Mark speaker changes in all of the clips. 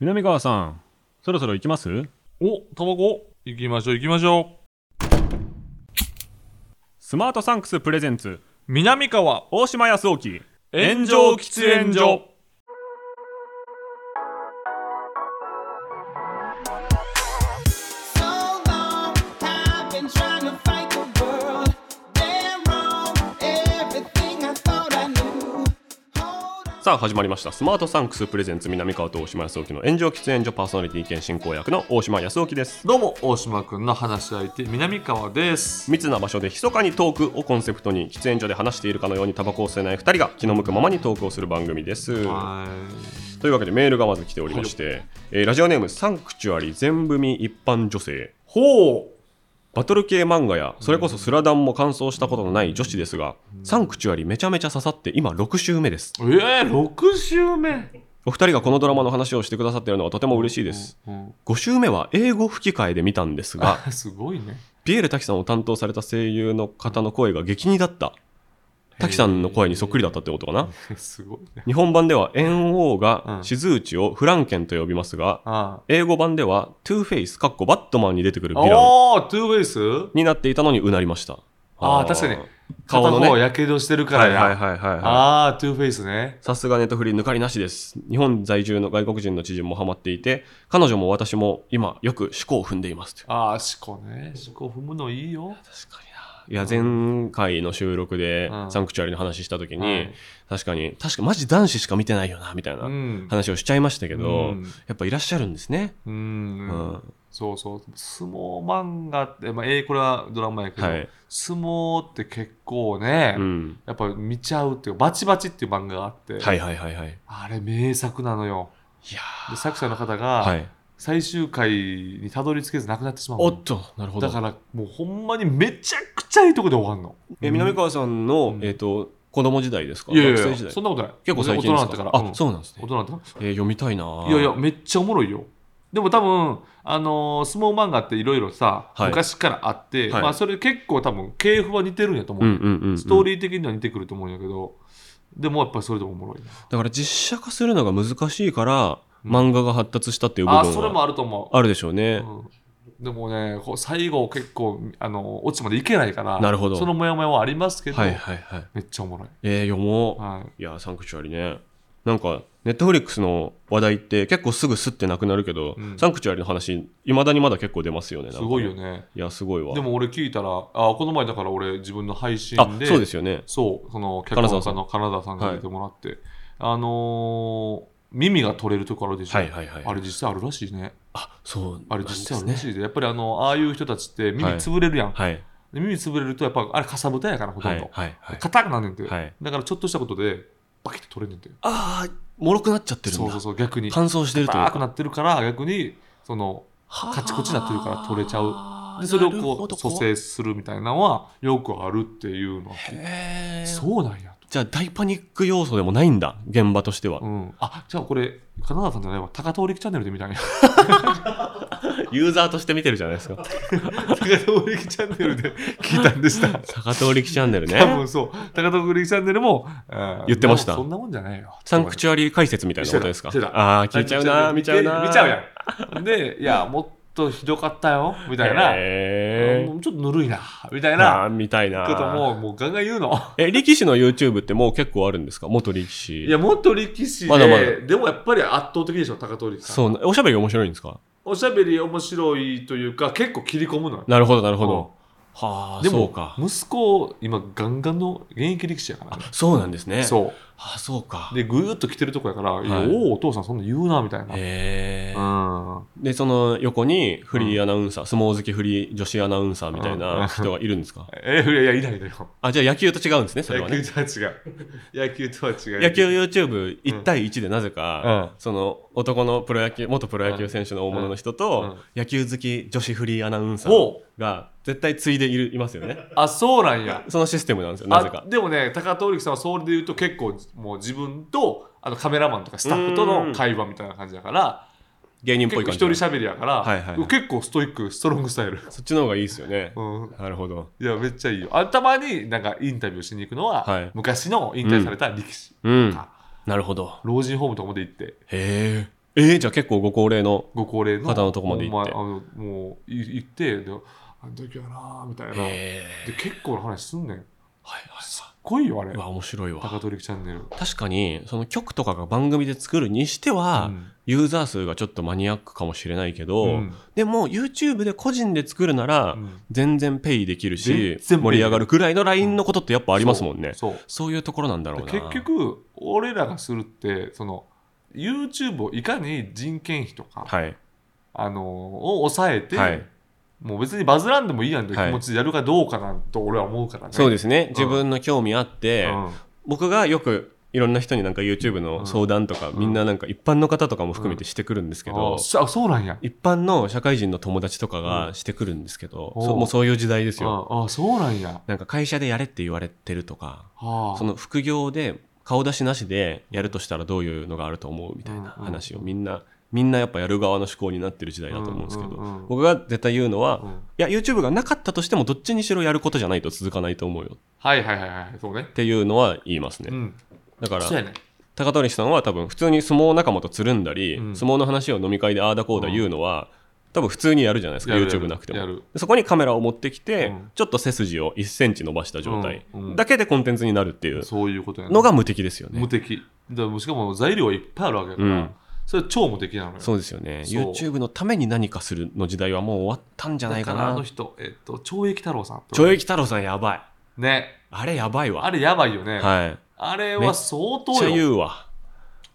Speaker 1: 南川さん、そろそろ行きます
Speaker 2: お、タバコ行きましょう行きましょ
Speaker 1: スマートサンクスプレゼンツ、
Speaker 2: う。南川、
Speaker 1: 大島康沖、
Speaker 2: 炎上喫煙所。
Speaker 3: So long, I've been trying to fight the world. Damn wrong, everything I thought I knew. Hold on.
Speaker 4: さあ始まりましたスマートサンクスプレゼンツ南川と大島康沖の炎上喫煙所パーソナリティ意見進行役の大島康沖です
Speaker 2: どうも、大島くんの話し相手、南川です。
Speaker 4: 密な場所で密かにトークをコンセプトに喫煙所で話しているかのようにタバコを吸えない2人が気の向くままにトークをする番組です
Speaker 2: は
Speaker 4: というわけでメールがまず来ておりまして、えーラジオネームサンクチュアリ全組一般女性
Speaker 2: ほう。
Speaker 4: バトル系漫画やそれこそスラダンも完走したことのない女子ですが、サンクチュアリめちゃめちゃ刺さって今6週目です
Speaker 2: えー、6週目。
Speaker 4: お二人がこのドラマの話をしてくださっているのはとても嬉しいです
Speaker 2: うん、
Speaker 4: 5週目は英語吹き替えで見たんですが
Speaker 2: すごいね。
Speaker 4: ピエール滝さんを担当された声優の方の声が激似だった滝さんの声にそっくりだったってことかな
Speaker 2: すごいね。
Speaker 4: 日本版では猿王
Speaker 2: う
Speaker 4: が
Speaker 2: ん
Speaker 4: 静内をフランケンと呼びますが、
Speaker 2: あ
Speaker 4: 英語版ではトゥーフェイスかっこバットマンに出てくる
Speaker 2: あ。
Speaker 4: ヴィラン
Speaker 2: おー、トゥーベース
Speaker 4: になっていたのにうなりました
Speaker 2: ああ、確かに。
Speaker 4: 顔のね
Speaker 2: 片方やけどしてるから
Speaker 4: はい
Speaker 2: や。
Speaker 4: はいはいはいはい
Speaker 2: ああ、トゥーフェイスね。
Speaker 4: さすがネットフリ抜かりなしです日本在住の外国人の知人もハマっていて彼女も私も今よく思考を踏んでいますと
Speaker 2: ああ、思考ね。思考踏むのいいよ。
Speaker 4: いや前回の収録で
Speaker 2: うん
Speaker 4: サンクチュアリの話した時に、
Speaker 2: はい
Speaker 4: 確かに確かマジ男子しか見てないよなみたいな
Speaker 2: うん。
Speaker 4: 話をしちゃいましたけど、
Speaker 2: うん
Speaker 4: やっぱいらっしゃるんですね。
Speaker 2: う。
Speaker 4: うんん
Speaker 2: そうそう。相撲漫画って、まあ、えーこれはドラマやけど、
Speaker 4: はい
Speaker 2: 相撲って結構ね、
Speaker 4: うん
Speaker 2: やっぱ見ちゃうっていうか、バチバチっていう漫画があって、
Speaker 4: はいはいはいはい。
Speaker 2: あれ名作なのよ。
Speaker 4: いや
Speaker 2: で作者の方
Speaker 4: ーは
Speaker 2: が
Speaker 4: い。
Speaker 2: 最終回にたどり着けず亡くなってしまうの
Speaker 4: おっとなるほ
Speaker 2: だ
Speaker 4: ど。
Speaker 2: からもうほんまにめちゃくちゃいいとこで終わるの。
Speaker 4: え南川さんの、
Speaker 2: うん
Speaker 4: えっ、と子供時代ですか？
Speaker 2: いやいやい
Speaker 4: 学生
Speaker 2: や、
Speaker 4: 時
Speaker 2: そん
Speaker 4: 代。
Speaker 2: なことない。
Speaker 4: 結構最近
Speaker 2: 大
Speaker 4: で
Speaker 2: 人
Speaker 4: す
Speaker 2: になって
Speaker 4: か
Speaker 2: から。
Speaker 4: あ、
Speaker 2: うん
Speaker 4: そうなんです
Speaker 2: 大
Speaker 4: ね。
Speaker 2: 人になってか
Speaker 4: えー読みたいな
Speaker 2: ら。
Speaker 4: ー。
Speaker 2: いやいや、めっちゃおもろいよ。でも多分、あのー相撲漫画っていろいろさ、
Speaker 4: はい
Speaker 2: 昔からあって、
Speaker 4: はい
Speaker 2: まあそれ結構多分、系譜は似てるんやと思う。
Speaker 4: うんうんうんうん。
Speaker 2: ストーリー的には似てくると思うんやけど、でもやっぱりそれでもおもろいな。
Speaker 4: だから実写化するのが難しいから、
Speaker 2: うん
Speaker 4: 漫画が発達したっていう部
Speaker 2: あ、それ
Speaker 4: 分
Speaker 2: も
Speaker 4: は
Speaker 2: あると思う。
Speaker 4: あるでしょうね。
Speaker 2: うんでもね、こう最後結構、あの、オチまでいけないから、
Speaker 4: なるほど
Speaker 2: そのモヤモヤはありますけど、
Speaker 4: はいはいはい。
Speaker 2: めっちゃおもろい。
Speaker 4: えー、読もう。
Speaker 2: はい
Speaker 4: やーサンクチュアリねなんかネットフリックスの話題って結構すぐすってなくなるけど、
Speaker 2: うん
Speaker 4: サンクチュアリの話いまだにまだ結構出ますよね
Speaker 2: い。
Speaker 4: なん
Speaker 2: す
Speaker 4: か
Speaker 2: ごいよね。
Speaker 4: いやすごいわ
Speaker 2: でも俺聞いたら、あこの前だから俺自分の配信
Speaker 4: あ
Speaker 2: で、
Speaker 4: そうですよね
Speaker 2: そうその脚本家の金沢さんが出てもらって、あのー耳が取れるところあるでしょ、
Speaker 4: はいはいはい
Speaker 2: あれ実際あるらしいね。
Speaker 4: あそう
Speaker 2: あれ
Speaker 4: なんで
Speaker 2: 実際あ
Speaker 4: す
Speaker 2: るら
Speaker 4: ね
Speaker 2: しいで、やっぱりあの、ああいう人たちって耳潰れるやん。
Speaker 4: はい
Speaker 2: で耳潰れると、やっぱあれかさぶたやから、ほと
Speaker 4: は
Speaker 2: ん
Speaker 4: い
Speaker 2: ど。
Speaker 4: はいはい
Speaker 2: 硬くなんねんて、
Speaker 4: はい
Speaker 2: だからちょっとしたことで、バキッと取れんねんて。
Speaker 4: ああもろくなっちゃってるんだ
Speaker 2: そうそうそう、逆に。
Speaker 4: 乾燥してるという
Speaker 2: 硬くな
Speaker 4: か
Speaker 2: ってるから、逆に、その、
Speaker 4: カ
Speaker 2: カチコチになってるから取れちゃ
Speaker 4: う
Speaker 2: でそれをこう、蘇生するみたいなのは、よくあるっていうのは
Speaker 4: へえ
Speaker 2: そうなんやと。
Speaker 4: じゃあ大パニック要素でもないんだ現場としては、
Speaker 2: うん、あじゃあこれ、金沢さんじゃないわ、高遠力チャンネルで見たんや。
Speaker 4: ユーザーとして見てるじゃないです か
Speaker 2: 高遠力チャンネルで 聞いたん でした。
Speaker 4: 坂東力チャンネル
Speaker 2: 多
Speaker 4: ね
Speaker 2: 分そう、高遠力チャンネルも、うん
Speaker 4: 言ってました
Speaker 2: そんなもんじゃないよ。
Speaker 4: サンクチュアリ解説みたいなことですか
Speaker 2: してたしてた
Speaker 4: ああ聞いちゃうな見ちゃうな
Speaker 2: 見ちゃうやん。で、いや、もっとひどかったよ、みたいな、
Speaker 4: へ
Speaker 2: う
Speaker 4: ー
Speaker 2: んちょっとぬるいな、みたい
Speaker 4: あ
Speaker 2: な
Speaker 4: ーみたいな
Speaker 2: ことも、もうガンガン言うの。
Speaker 4: え力士の YouTube ってもう結構あるんですか元力士
Speaker 2: いや、元力士で、
Speaker 4: まだまだ
Speaker 2: でもやっぱり圧倒的でしょ、高遠力さん。
Speaker 4: そうなおしゃべりが面白いんですか
Speaker 2: おしゃべり面白いというか、結構切り込むのよ。
Speaker 4: なるほどなるほど、はあ
Speaker 2: で
Speaker 4: そう
Speaker 2: も
Speaker 4: か
Speaker 2: 息子今ガンガンの現役力士やから、
Speaker 4: そうなんですね
Speaker 2: そ
Speaker 4: あそうか
Speaker 2: うでぐーっと来てるとこやから、
Speaker 4: い
Speaker 2: いやおおお父さんそんな言うなみたいな、
Speaker 4: へえ
Speaker 2: うん
Speaker 4: でその横にフリーアナウンサー、相撲好きフリー女子アナウンサーみたい
Speaker 2: うん
Speaker 4: な人がいるんですか
Speaker 2: えいやいやいないのよ
Speaker 4: あじゃあ野球と違うんですねそれはね
Speaker 2: 野球とは違う野球とは違う
Speaker 4: 野球 YouTube1 対1でなぜか、
Speaker 2: うん
Speaker 4: その男のプロ野球元プロ野球選手の大物の人と、
Speaker 2: うんうん
Speaker 4: 野球好き女子フリーアナウンサー
Speaker 2: お
Speaker 4: が絶対ついでいるいます よね
Speaker 2: あそうなんや
Speaker 4: そのシステムなんですよ なぜか
Speaker 2: あでもね高藤力さんはそれで言うと結構もう自分とあのカメラマンとかスタッフとの会話みたいな感じだから
Speaker 4: 芸人っぽ
Speaker 2: 結
Speaker 4: い
Speaker 2: 構
Speaker 4: 感
Speaker 2: 一
Speaker 4: じ
Speaker 2: 人喋りやから、
Speaker 4: はいはいはい
Speaker 2: 結構ストイックストロングスタイ ル、
Speaker 4: そっちの方がいいですよね、
Speaker 2: うん、
Speaker 4: なるほど
Speaker 2: いや、めっちゃいいよ。あたまになんかインタビューしに行くのは、
Speaker 4: はい
Speaker 2: 昔の引退された力士、
Speaker 4: うんなるほど
Speaker 2: 老人ホームとかまで行って、
Speaker 4: へええー、じゃあ結構ご高齢の
Speaker 2: ご高齢の
Speaker 4: 方のとこまで行って
Speaker 2: ほんまあのもうい行ってであの時はなあみたいな、
Speaker 4: え
Speaker 2: で結構な話すんねん
Speaker 4: はいはい
Speaker 2: すっごいよあれ
Speaker 4: うわ面白い
Speaker 2: 高
Speaker 4: わ
Speaker 2: 取チャンネル
Speaker 4: 確かにその曲とかが番組で作るにしては、
Speaker 2: うん
Speaker 4: ユーザー数がちょっとマニアックかもしれないけど、
Speaker 2: うん
Speaker 4: でも YouTube で個人で作るなら、
Speaker 2: うん
Speaker 4: 全然ペイできるし
Speaker 2: 全然ペイ
Speaker 4: 盛り上がるくらいの LINE のことってやっぱありますもんね、
Speaker 2: そう
Speaker 4: そういうところなんだろうな
Speaker 2: で結局俺らがするってその YouTube をいかに人件費とか、
Speaker 4: はい
Speaker 2: あのを抑えて、
Speaker 4: はい
Speaker 2: もう別にバズらんでもいいやんという
Speaker 4: はい
Speaker 2: 気持ちでやるかどうかなと俺は思うからね。
Speaker 4: そう
Speaker 2: で
Speaker 4: ですね自分の興味あって、僕がよくいろんな人になんか YouTube の相談とか、みんななんか一般の方とかも含めてしてくるんですけど、
Speaker 2: あそあそうなんや。
Speaker 4: 一般の社会人の友達とかがしてくるんですけど、
Speaker 2: うん
Speaker 4: そうもうそういう時代ですよ、
Speaker 2: ああそうなんや。
Speaker 4: なんか会社でやれって言われてるとか
Speaker 2: はあ、
Speaker 4: その副業で顔出しなしでやるとしたらどういうのがあると思うみたいな
Speaker 2: うんうん
Speaker 4: 話をみんなみんなやっぱやる側の思考になってる時代だと思うんですけど、
Speaker 2: うんうんうん
Speaker 4: 僕が絶対言うのは、
Speaker 2: うん
Speaker 4: いや YouTube がなかったとしてもどっちにしろやることじゃないと続かないと思うよ
Speaker 2: はいはいはいはいそうね
Speaker 4: っ。ていうのは言いますね、
Speaker 2: うん。
Speaker 4: だから
Speaker 2: そうやね。
Speaker 4: 高取さんは多分普通に相撲仲間とつるんだり、
Speaker 2: うん
Speaker 4: 相撲の話を飲み会でああだこうだ言うのは、多分普通にやるじゃないですか
Speaker 2: やるやる
Speaker 4: YouTube なくても
Speaker 2: やる
Speaker 4: でそこにカメラを持ってきて、
Speaker 2: うん
Speaker 4: ちょっと背筋を1センチ伸ばした状態
Speaker 2: うんうん
Speaker 4: だけでコンテンツになるっていう
Speaker 2: そういうことやね。
Speaker 4: のが無敵ですよね
Speaker 2: 無敵。だからしかも材料はいっぱいあるわけだから、
Speaker 4: うん
Speaker 2: それ超無敵なのよ。
Speaker 4: そうですよね
Speaker 2: そう
Speaker 4: YouTube のために何かするの時代はもう終わったんじゃないか
Speaker 2: だらあ
Speaker 4: な
Speaker 2: の人、えっと、懲役太郎さん。
Speaker 4: 懲役太郎さんやばい
Speaker 2: ね。
Speaker 4: あれやばいわ
Speaker 2: あれやばいよね。
Speaker 4: はい
Speaker 2: あれ
Speaker 4: めっ
Speaker 2: は相当
Speaker 4: めっちゃ
Speaker 2: よ。
Speaker 4: 言うわ、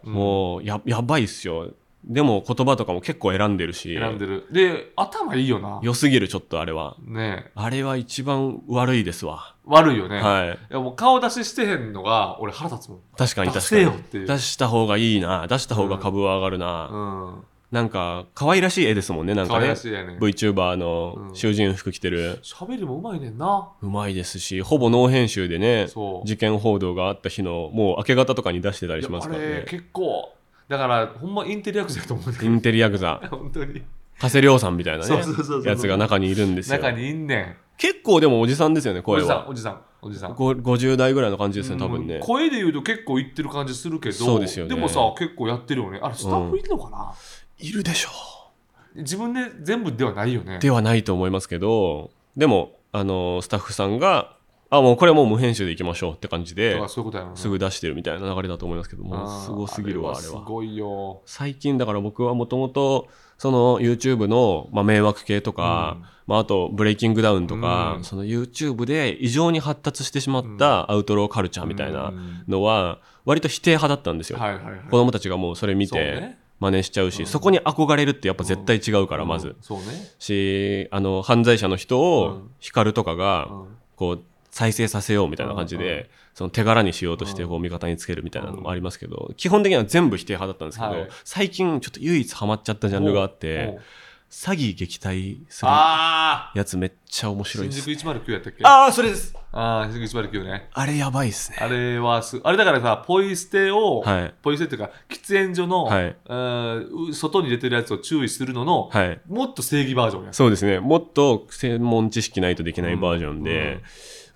Speaker 2: うん
Speaker 4: もうややばいっすよでも言葉とかも結構選んでるし
Speaker 2: 選んでる。で、頭いいよな。
Speaker 4: 良すぎるちょっとあれは
Speaker 2: ねえ
Speaker 4: あれは一番悪いですわ。
Speaker 2: 悪いよね。
Speaker 4: はい。
Speaker 2: いやもう顔出ししてへんのが俺腹立つもん。
Speaker 4: 確かに
Speaker 2: 出
Speaker 4: 確
Speaker 2: せよ
Speaker 4: か
Speaker 2: っ
Speaker 4: に。
Speaker 2: ていう。
Speaker 4: 出した方がいいな。出した方が株は上がるな。
Speaker 2: うん。
Speaker 4: なんか、可愛らしい絵ですもんね。なん
Speaker 2: 可
Speaker 4: か
Speaker 2: 愛
Speaker 4: ね
Speaker 2: ら。しいやね。
Speaker 4: VTuber
Speaker 2: う
Speaker 4: の
Speaker 2: ん
Speaker 4: 囚人服着てる。
Speaker 2: 喋りもうまいねんな。
Speaker 4: うまいですし、ほぼノー編集でね、
Speaker 2: そう。
Speaker 4: 事件報道があった日の、もう明け方とかに出してたりし
Speaker 2: いや
Speaker 4: ます
Speaker 2: あ
Speaker 4: から
Speaker 2: れ
Speaker 4: ね。
Speaker 2: 結構、だからほんまインテリアクセだと思うね
Speaker 4: イ
Speaker 2: ん。
Speaker 4: ンテリヤクザ、
Speaker 2: 本当に。
Speaker 4: 加瀬亮さんみたいな
Speaker 2: そ
Speaker 4: ね
Speaker 2: うそうそうそう、
Speaker 4: やつが中にいるんですよ。
Speaker 2: 中にいんねん。
Speaker 4: 結構でもおじさんですよね、
Speaker 2: お
Speaker 4: 声
Speaker 2: じさん、
Speaker 4: は。
Speaker 2: おじさん、おじさん。
Speaker 4: ご50代ぐらいの感じですね、多分
Speaker 2: う
Speaker 4: ね
Speaker 2: ん。声で言うと結構言ってる感じするけど、
Speaker 4: そうですよね
Speaker 2: もさ、結構やってるよね。あれ、スタッフいるのかな、
Speaker 4: いるでしょう。
Speaker 2: 自分で全部ではないよね。
Speaker 4: ではないと思いますけどでもあのスタッフさんがあもうこれはもう無編集でいきましょうって感じ
Speaker 2: と
Speaker 4: で
Speaker 2: かそういうことやろね。
Speaker 4: すぐ出してるみたいな流れだと思いますけどもうすごすぎるわあれ
Speaker 2: す
Speaker 4: は
Speaker 2: ごいよ。
Speaker 4: 最近だから僕はもともとその YouTube の、まあ、迷惑系とか、
Speaker 2: うん
Speaker 4: まあ、あと「ブレイキングダウン」とか、
Speaker 2: うん
Speaker 4: その YouTube で異常に発達してしまったアウトローカルチャーみたいなのは割と否定派だったんですよ、
Speaker 2: はいはいはい。
Speaker 4: 子供たちがもうそれ見
Speaker 2: そう
Speaker 4: て
Speaker 2: ね
Speaker 4: 真似しちゃうしそこに憧れるってやっぱ絶対違うからまず、
Speaker 2: うんそうね。
Speaker 4: しあの犯罪者の人
Speaker 2: う
Speaker 4: を
Speaker 2: ん
Speaker 4: 光とかが
Speaker 2: うん
Speaker 4: こう再生させようみたいな感じ
Speaker 2: うんう
Speaker 4: でその手柄にしようとしてこう味方につけるみたいなのもありますけど基本的には全部否定派だったんですけ
Speaker 2: は
Speaker 4: ど
Speaker 2: い
Speaker 4: 最近ちょっと唯一ハマっちゃったジャンルがあっ
Speaker 2: おうお
Speaker 4: て
Speaker 2: う
Speaker 4: 詐欺撃退する
Speaker 2: ああ
Speaker 4: やつめっちゃ面白い
Speaker 2: 新
Speaker 4: で
Speaker 2: 宿
Speaker 4: す
Speaker 2: 109やったっけ
Speaker 4: ああそれです
Speaker 2: ああ、新宿109ね。
Speaker 4: あれやばいっすね
Speaker 2: あれはす、あれだからさ、ポイ捨てを、
Speaker 4: はい
Speaker 2: ポイ捨てっていうか、喫煙所の、
Speaker 4: はいう
Speaker 2: ーん外に出てるやつを注意するのの、
Speaker 4: はい
Speaker 2: もっと正義バージョンや。
Speaker 4: そうですねもっと専門知識ないとできないバージョンで、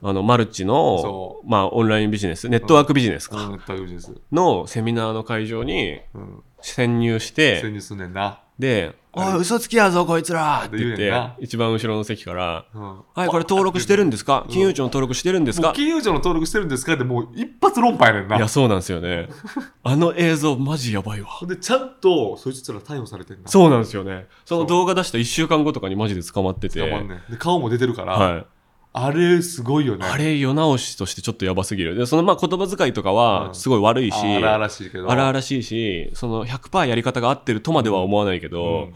Speaker 4: あのマルチの
Speaker 2: そ、
Speaker 4: まあ、オンラインビジネスネットワークビジネスか、
Speaker 2: うん、大丈夫です。
Speaker 4: のセミナーの会場に
Speaker 2: うん。
Speaker 4: 潜入して
Speaker 2: 潜入すんねんな。
Speaker 4: で「
Speaker 2: あれ
Speaker 4: おい嘘つきやぞこいつら!」って言っ
Speaker 2: 言う
Speaker 4: て
Speaker 2: やんな
Speaker 4: 一番後ろの席から
Speaker 2: うん。も
Speaker 4: 「はいこれ登録してるんですか金融庁の登録してるんです
Speaker 2: う
Speaker 4: か?」
Speaker 2: 金融庁の登録してるんですかって、もう一発論破やねん
Speaker 4: いや
Speaker 2: な。
Speaker 4: そうなんですよねあの映像マジやばいわ
Speaker 2: ほんで、ちゃんと、そいつら逮捕されてんな。
Speaker 4: そうなんですよねその
Speaker 2: そう
Speaker 4: 動画出した1週間後とかにマジで捕まってて
Speaker 2: 捕まんねんで、顔も出てるから、
Speaker 4: はい
Speaker 2: あれ、すごいよね。
Speaker 4: あれ世直しとしてちょっとやばすぎるでそのまあ言葉遣いとか
Speaker 2: う
Speaker 4: は
Speaker 2: ん
Speaker 4: すごい悪いし、
Speaker 2: あらあらしいけど。
Speaker 4: 荒々しいしその100%やり方が合ってるとまでは思わないけど、
Speaker 2: うん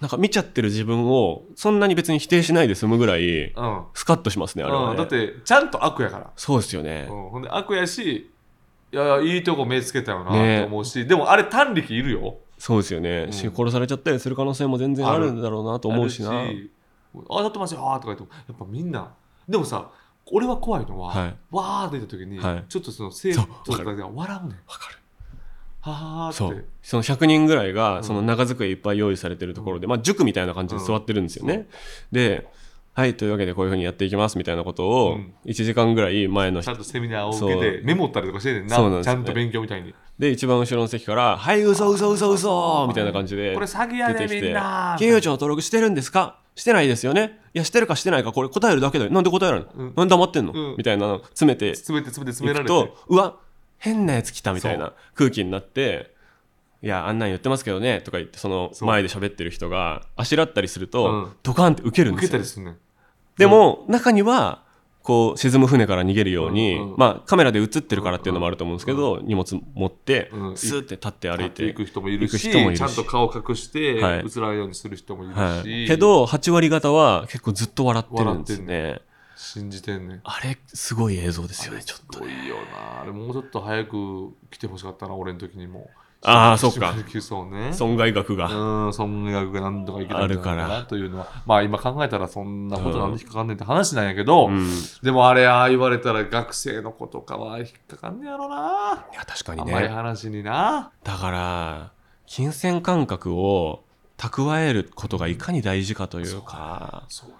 Speaker 4: なんか見ちゃってる自分をそんなに別に否定しないで済むぐらい
Speaker 2: うん。
Speaker 4: スカッとしますねあれはね、
Speaker 2: うん、だってちゃんと悪やから、
Speaker 4: そうですよね
Speaker 2: うん、、ほんで悪やしいやいいとこ目つけたよ
Speaker 4: ね
Speaker 2: なと思うし、でもあれ単力いるよ
Speaker 4: そうですよね、し殺されちゃったりする可能性も全然あるんだろうなと思うしな
Speaker 2: あるしあだってますよあーとか言ってもやっぱみんなでもさ俺は怖いのは、
Speaker 4: はい
Speaker 2: わーって言った時に、
Speaker 4: はい
Speaker 2: ちょっとその生
Speaker 4: そう
Speaker 2: 徒とかが笑うねん
Speaker 4: わかる
Speaker 2: はー
Speaker 4: そ
Speaker 2: って
Speaker 4: うその100人ぐらいがその長机いっぱい用意されてるところで、まあ、塾みたいな感じで座ってるんですよね、ではいというわけでこういうふうにやっていきますみたいなこと
Speaker 2: う
Speaker 4: を
Speaker 2: ん
Speaker 4: 1時間ぐらい前の
Speaker 2: ち
Speaker 4: 人
Speaker 2: ゃんとセミナーを受けて
Speaker 4: そう
Speaker 2: メモったりとかしてんねんな
Speaker 4: そうなんです
Speaker 2: ち
Speaker 4: よ
Speaker 2: ゃ
Speaker 4: ね
Speaker 2: んと勉強みたいに
Speaker 4: で一番後ろの席から「はい嘘嘘嘘嘘みたいな感じで
Speaker 2: これ詐欺や
Speaker 4: 出
Speaker 2: で
Speaker 4: てきて
Speaker 2: みんな
Speaker 4: 金融庁の登録してるんですかしてないですよねいやしてるかしてないかこれ答えるだけだよなんで答えられない、
Speaker 2: うん
Speaker 4: なんで黙ってんの、
Speaker 2: うん
Speaker 4: みたいなの詰めて
Speaker 2: 詰めて詰めて詰
Speaker 4: 行
Speaker 2: めら
Speaker 4: く
Speaker 2: れて
Speaker 4: とうわ変なやつ来たみたいな空気になって「いやあんなん言ってますけどね」とか言ってその
Speaker 2: そう
Speaker 4: 前で喋ってる人があしらったりすると、
Speaker 2: うん
Speaker 4: ドカンって受けるんで
Speaker 2: 受け
Speaker 4: すよ
Speaker 2: たりするねん
Speaker 4: でも、中にはこう沈む船から逃げるように、
Speaker 2: うんうん
Speaker 4: まあ、カメラで映ってるからっていうのもあると思うんですけど、荷物持って、
Speaker 2: うん
Speaker 4: スーって立って歩いて
Speaker 2: 行く人もいる
Speaker 4: 行く
Speaker 2: し
Speaker 4: 人もいるし
Speaker 2: ちゃんと顔隠して映
Speaker 4: はい
Speaker 2: らないようにする人もいるし、
Speaker 4: はい、けど8割方は結構ずっと笑ってるんです
Speaker 2: 笑
Speaker 4: ね
Speaker 2: 信じてんねん
Speaker 4: あれすごい映像ですよねちょっ
Speaker 2: す
Speaker 4: と
Speaker 2: ごいよなあれもうちょっと早く来てほしかったな俺の時にも
Speaker 4: ああそっか
Speaker 2: 急そうね
Speaker 4: 損害額が、
Speaker 2: うん、損害が何とかいけたんじゃない
Speaker 4: あるから
Speaker 2: なとい うのは、まあ今考えたらそんなことなんで引っかかんねんって話なんやけど、
Speaker 4: うんい
Speaker 2: でもあれ、ああ言われたら学生の子とかは引っかかんねやろな。
Speaker 4: や確かに
Speaker 2: 甘い
Speaker 4: ね
Speaker 2: 話にな。
Speaker 4: だから金銭感覚を蓄えることがいかに大事かというか
Speaker 2: そう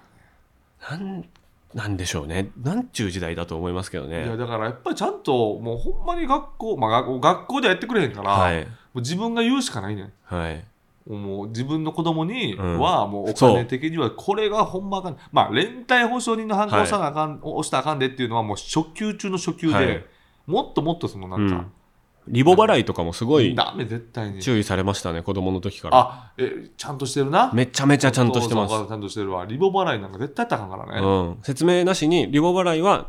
Speaker 4: なんなんでしょうねなんちゅう時代だと思いますけど
Speaker 2: いや
Speaker 4: ね
Speaker 2: だからやっぱりちゃんともうほんまに学校、まあ学学校ではやってくれへんから、
Speaker 4: はい
Speaker 2: もう自分が言うしかないねん。
Speaker 4: はい
Speaker 2: もう自分の子供に
Speaker 4: うん
Speaker 2: はもうお
Speaker 4: そう
Speaker 2: 金的にはこれがほんまあかん、まあ連帯保証人の犯行をしたらあかん、押したらあかんでっていうのはもう初級中の初級で、
Speaker 4: はい
Speaker 2: もっともっとそのなんか、
Speaker 4: リボ払いとかもすごい
Speaker 2: ダメ絶対に
Speaker 4: 注意されましたね子供の時から
Speaker 2: あえちゃんとしてるな
Speaker 4: めちゃめちゃちゃんとしてま
Speaker 2: お父さんお母さんちゃんとしてるわリボ払いなんか絶対あったらあかんから
Speaker 4: す、
Speaker 2: ね、
Speaker 4: うん、説明なしにリボ払いは